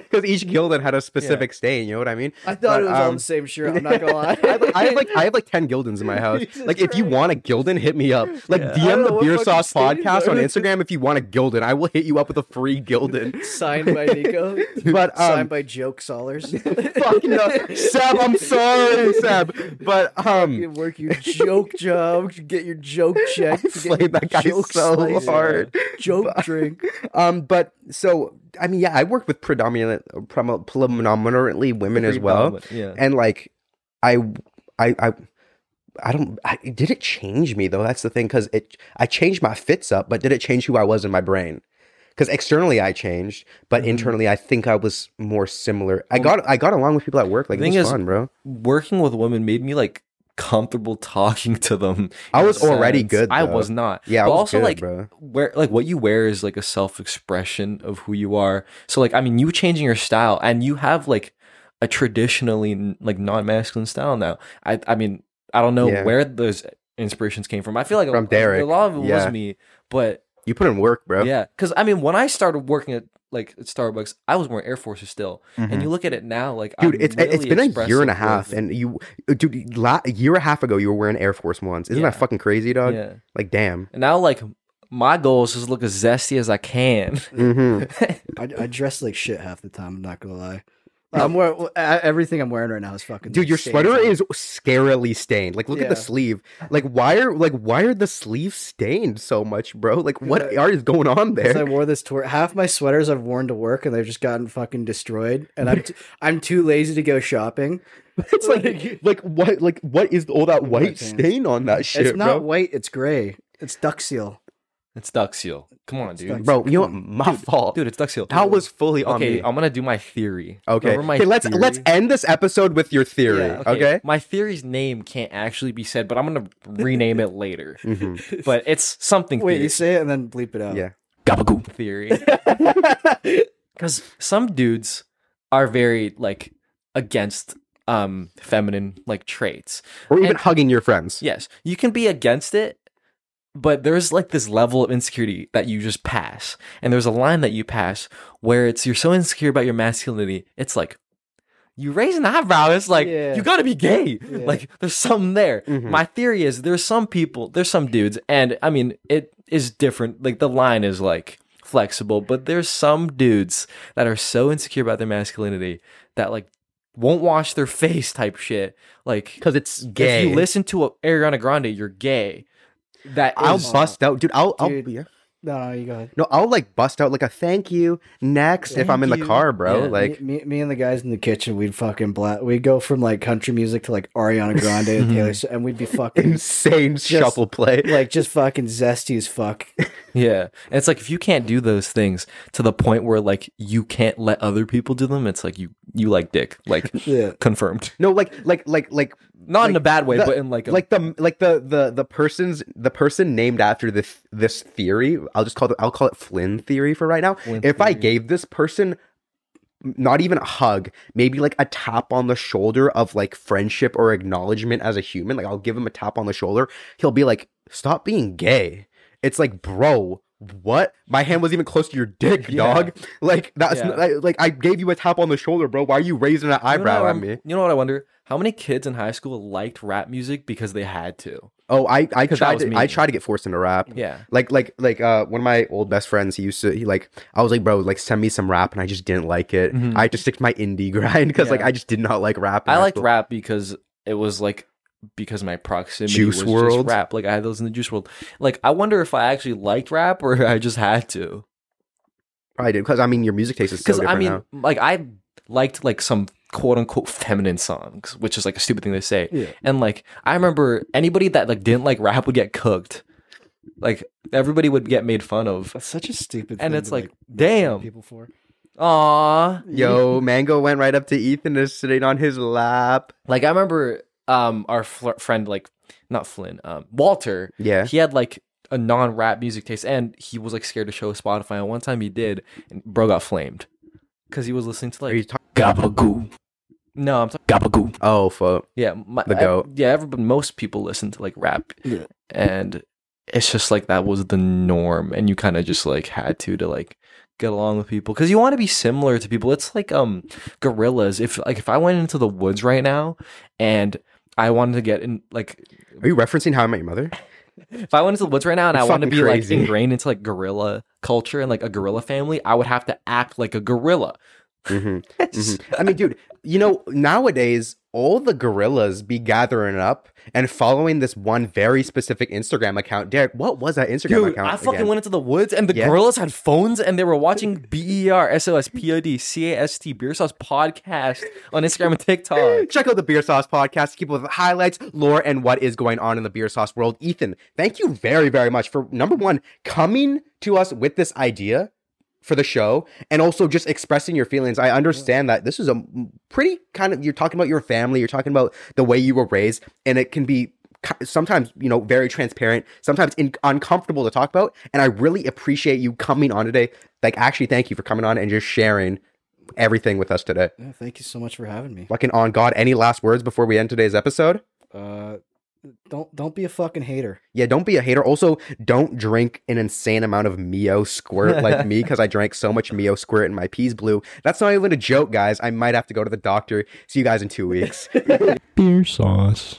A: Because each Gildan had a specific stain. You know what I mean?
C: I thought
A: But,
C: it was all
A: um,
C: the same shirt. I'm not gonna lie.
A: I have, like- I have like I have like ten Gildens in my house.
C: Jesus
A: like if you
C: Christ.
A: want a Gildan, hit me up. Like
B: Yeah.
C: I don't
A: DM
C: know
A: the
C: what
A: Beer
C: fucking
A: Sauce
C: state you
A: Podcast on
C: are.
A: Instagram if you want a Gildan. I will hit you up with a free Gildan.
C: signed by Nico,
A: But, um,
C: signed by Joke Sollers.
A: Fucking up. Seb, I'm sorry, Seb. But um,
C: Fucking work your joke job, get your joke check,
A: I
C: get your
A: played that guy
C: joke
A: so
C: slice,
A: hard.
C: joke drink.
A: Um, but so I mean, yeah, I work with predominant, premo- predominantly women as well,
B: Yeah.
A: and like, I, I, I. I don't. I, did it change me though? That's the thing, because it. I changed my fits up, but did it change who I was in my brain? Because externally I changed, but
B: Mm-hmm.
A: internally I think I was more similar. I got I got along with people at work. Like
B: the
A: it was
B: thing is-
A: fun, bro.
B: Working with women made me like comfortable talking to them.
A: I
B: in a
A: was already good,
B: I
A: though.
B: was not.
A: Yeah, I
B: But
A: was
B: also
A: good,
B: like
A: bro.
B: where like what you wear is like a self expression of who you are. So like I mean, you changing your style and you have like a traditionally like non masculine style now. I I mean I don't know
A: Yeah.
B: where those inspirations came from. I feel like
A: From
B: a,
A: Derek,
B: A lot of it
A: yeah.
B: was me, but
A: You put in work, bro.
B: yeah, because I mean when I started working at like at Starbucks, I was wearing Air Forces still, and you look at it now, like
A: Mm-hmm. dude,
B: I'm
A: it's it's
B: really
A: been a year and a
B: expressive
A: half,
B: with-
A: and you, dude, la, a year and a half ago you were wearing Air Force Ones. Isn't that
B: Yeah.
A: fucking crazy, dog?
B: yeah.
A: Like, damn.
B: And now, like, my goal is just look as zesty as I can.
A: hmm
C: I, I dress like shit half the time. I'm not gonna lie. I'm wearing everything I'm wearing right now is fucking.
A: Dude,
C: like,
A: your
C: stains
A: sweater
C: on it.
A: is scarily stained. Like, look at the
C: Yeah.
A: sleeve. Like, why are like why are the sleeves stained so much, bro? Like, what
C: Yeah.
A: art is going on
C: Because I
A: there?
C: wore this to work. Half my sweaters I've worn to work, and they've just gotten fucking destroyed. And I'm t- I'm too lazy to go shopping.
A: It's like like what like what is all that
C: my
A: white
C: pants.
A: stain on that shit,
C: it's
A: bro?
C: not white. It's gray. It's duck seal.
B: It's Duxiel. Come on, dude.
C: Duxiel.
A: Bro, you know what? my fault.
B: Dude, it's Duxiel.
A: that was fully on
B: okay.
A: me.
B: I'm gonna do my theory.
A: okay,
B: Remember my
A: okay. Let's
B: theory?
A: let's end this episode with your theory.
C: Yeah,
A: okay.
B: My theory's name can't actually be said, but I'm gonna rename it later.
A: Mhm.
B: But it's something.
C: Wait,
B: theory.
C: you say it and then bleep it out.
A: Yeah.
B: Gabagool theory. Because some dudes are very like against um feminine like traits.
A: Or even
B: And-
A: hugging your friends.
B: Yes, you can be against it, but there's like this level of insecurity that you just pass. And there's a line that you pass where it's you're so insecure about your masculinity, it's like you raise an eyebrow, it's like
C: Yeah.
B: you gotta be gay.
C: Yeah. Mm-hmm.
B: Like there's something there.
A: Mhm.
B: My theory is there's some people, there's some dudes, and I mean it is different. Like the line is like flexible, but there's some dudes that are so insecure about their masculinity that like won't wash their face type shit. Like
A: Because it's gay.
B: if you listen to a Ariana Grande, you're gay. That
A: I'll
B: is-
A: bust out, dude. I'll, I'll,
C: Dude.
A: yeah.
C: No, no, you go ahead.
A: no, I'll like bust out like a thank you next if I'm in
B: Thank
A: the
B: you.
A: car, bro.
B: Yeah.
A: Like,
C: me, me, me and the guys in the kitchen, we'd fucking bla- We'd go from like country music to like Ariana Grande
B: Mm-hmm.
C: and Taylor, Swift, and we'd be fucking
A: insane shuffle play.
C: like just fucking zesty as fuck.
B: yeah. And it's like if you can't do those things to the point where like you can't let other people do them, it's like you you like dick, like
C: Yeah.
B: confirmed.
A: No, like, like, like, like,
B: Not in
A: Like
B: a bad way,
A: the-
B: but in like a,
A: like the like the the the person's the person named after this this theory. I'll just call it. I'll call it Flynn theory for right now.
B: Flynn
A: if I
B: theory.
A: gave this person not even a hug, maybe like a tap on the shoulder of like friendship or acknowledgement as a human, like I'll give him a tap on the shoulder. He'll be like, "Stop being gay." It's like, bro. What? My hand was even close to your dick,
B: Yeah.
A: dog. Like that's
B: Yeah.
A: like, like I gave you a tap on the shoulder, bro. Why are you raising an
B: you know what
A: eyebrow
B: I
A: at
B: won-
A: me?
B: You know what I wonder? How many kids in high school liked rap music because they had to?
A: Oh, I I tried
B: was
A: to
B: me.
A: I tried to get forced into rap.
B: Yeah.
A: Like like like uh one of my old best friends he used to he like I was like bro like send me some rap and I just didn't like it.
B: Mhm.
A: I had to stick to my indie grind because like
B: Yeah.
A: I just did not like rap. in
B: I
A: high
B: liked
A: school.
B: rap because it was like because my proximity
A: Juice
B: was
A: WRLD.
B: just rap. Like I had those in the Juice World. Like I wonder if I actually liked rap or I just had to.
A: Probably did because I mean your music taste is so
B: because
A: different
B: I mean,
A: now.
B: like I liked like some quote unquote feminine songs, which is like a stupid thing to say.
C: Yeah.
B: And like I remember anybody that like didn't like rap would get cooked. Like everybody would get made fun of.
C: That's such a stupid.
B: And
C: thing
B: it's
C: to,
B: like, um,
C: make
B: damn.
C: people for.
B: Aw.
A: Yo, Mango went right up to Ethan and is sitting on his lap.
B: Like I remember um our fl- friend like not Flynn, um Walter,
A: Yeah.
B: he had like a non-rap music taste and he was like scared to show Spotify and one time he did and bro got flamed cuz he was listening to
A: Are you
B: like
A: talking?
B: Gabagoo. No, I'm talking Gabagoo.
A: Oh, fuck.
B: Yeah, my,
A: The
B: I-
A: goat.
B: yeah, everybody, most people listen to like rap,
C: Yeah.
B: and it's just like that was the norm, and you kind of just like had to to like get along with people because you want to be similar to people. It's like um gorillas. If like if I went into the woods right now and I wanted to get in like
A: Are you referencing How I Met Your Mother?
B: if I went into the woods right now and I wanted to
A: Fucking
B: be
A: crazy.
B: like ingrained into like gorilla culture and like a gorilla family, I would have to act like a gorilla.
A: hmm Mhm. I mean, dude, you know, nowadays all the gorillas be gathering up and following this one very specific Instagram account. Derek, what was that Instagram
B: Dude,
A: account?
B: I fucking
A: again?
B: went into the woods and the
A: Yeah.
B: gorillas had phones and they were watching B E R S O S P O D C A S T Beer Sauce podcast on Instagram and TikTok.
A: Check out the Beer Sauce podcast. Keep up with highlights, lore, and what is going on in the beer sauce world. Ethan, thank you very, very much for number one coming to us with this idea for the show, and also just expressing your feelings. I understand that this is a m- pretty kind of you're talking about your family, you're talking about the way you were raised, and it can be ki- sometimes you know very transparent sometimes in- uncomfortable to talk about and i really appreciate you coming on today like actually thank you for coming on and just sharing everything with us today
C: Yeah, thank you so much for having me.
A: Fucking on God. Any last words before we end today's episode?
C: Uh, don't don't be a fucking hater.
A: Yeah, don't be a hater. Also, don't drink an insane amount of Mio squirt like me because I drank so much Mio squirt and my peas blew. That's not even a joke, guys. I might have to go to the doctor. See you guys in two weeks.
E: beer sauce.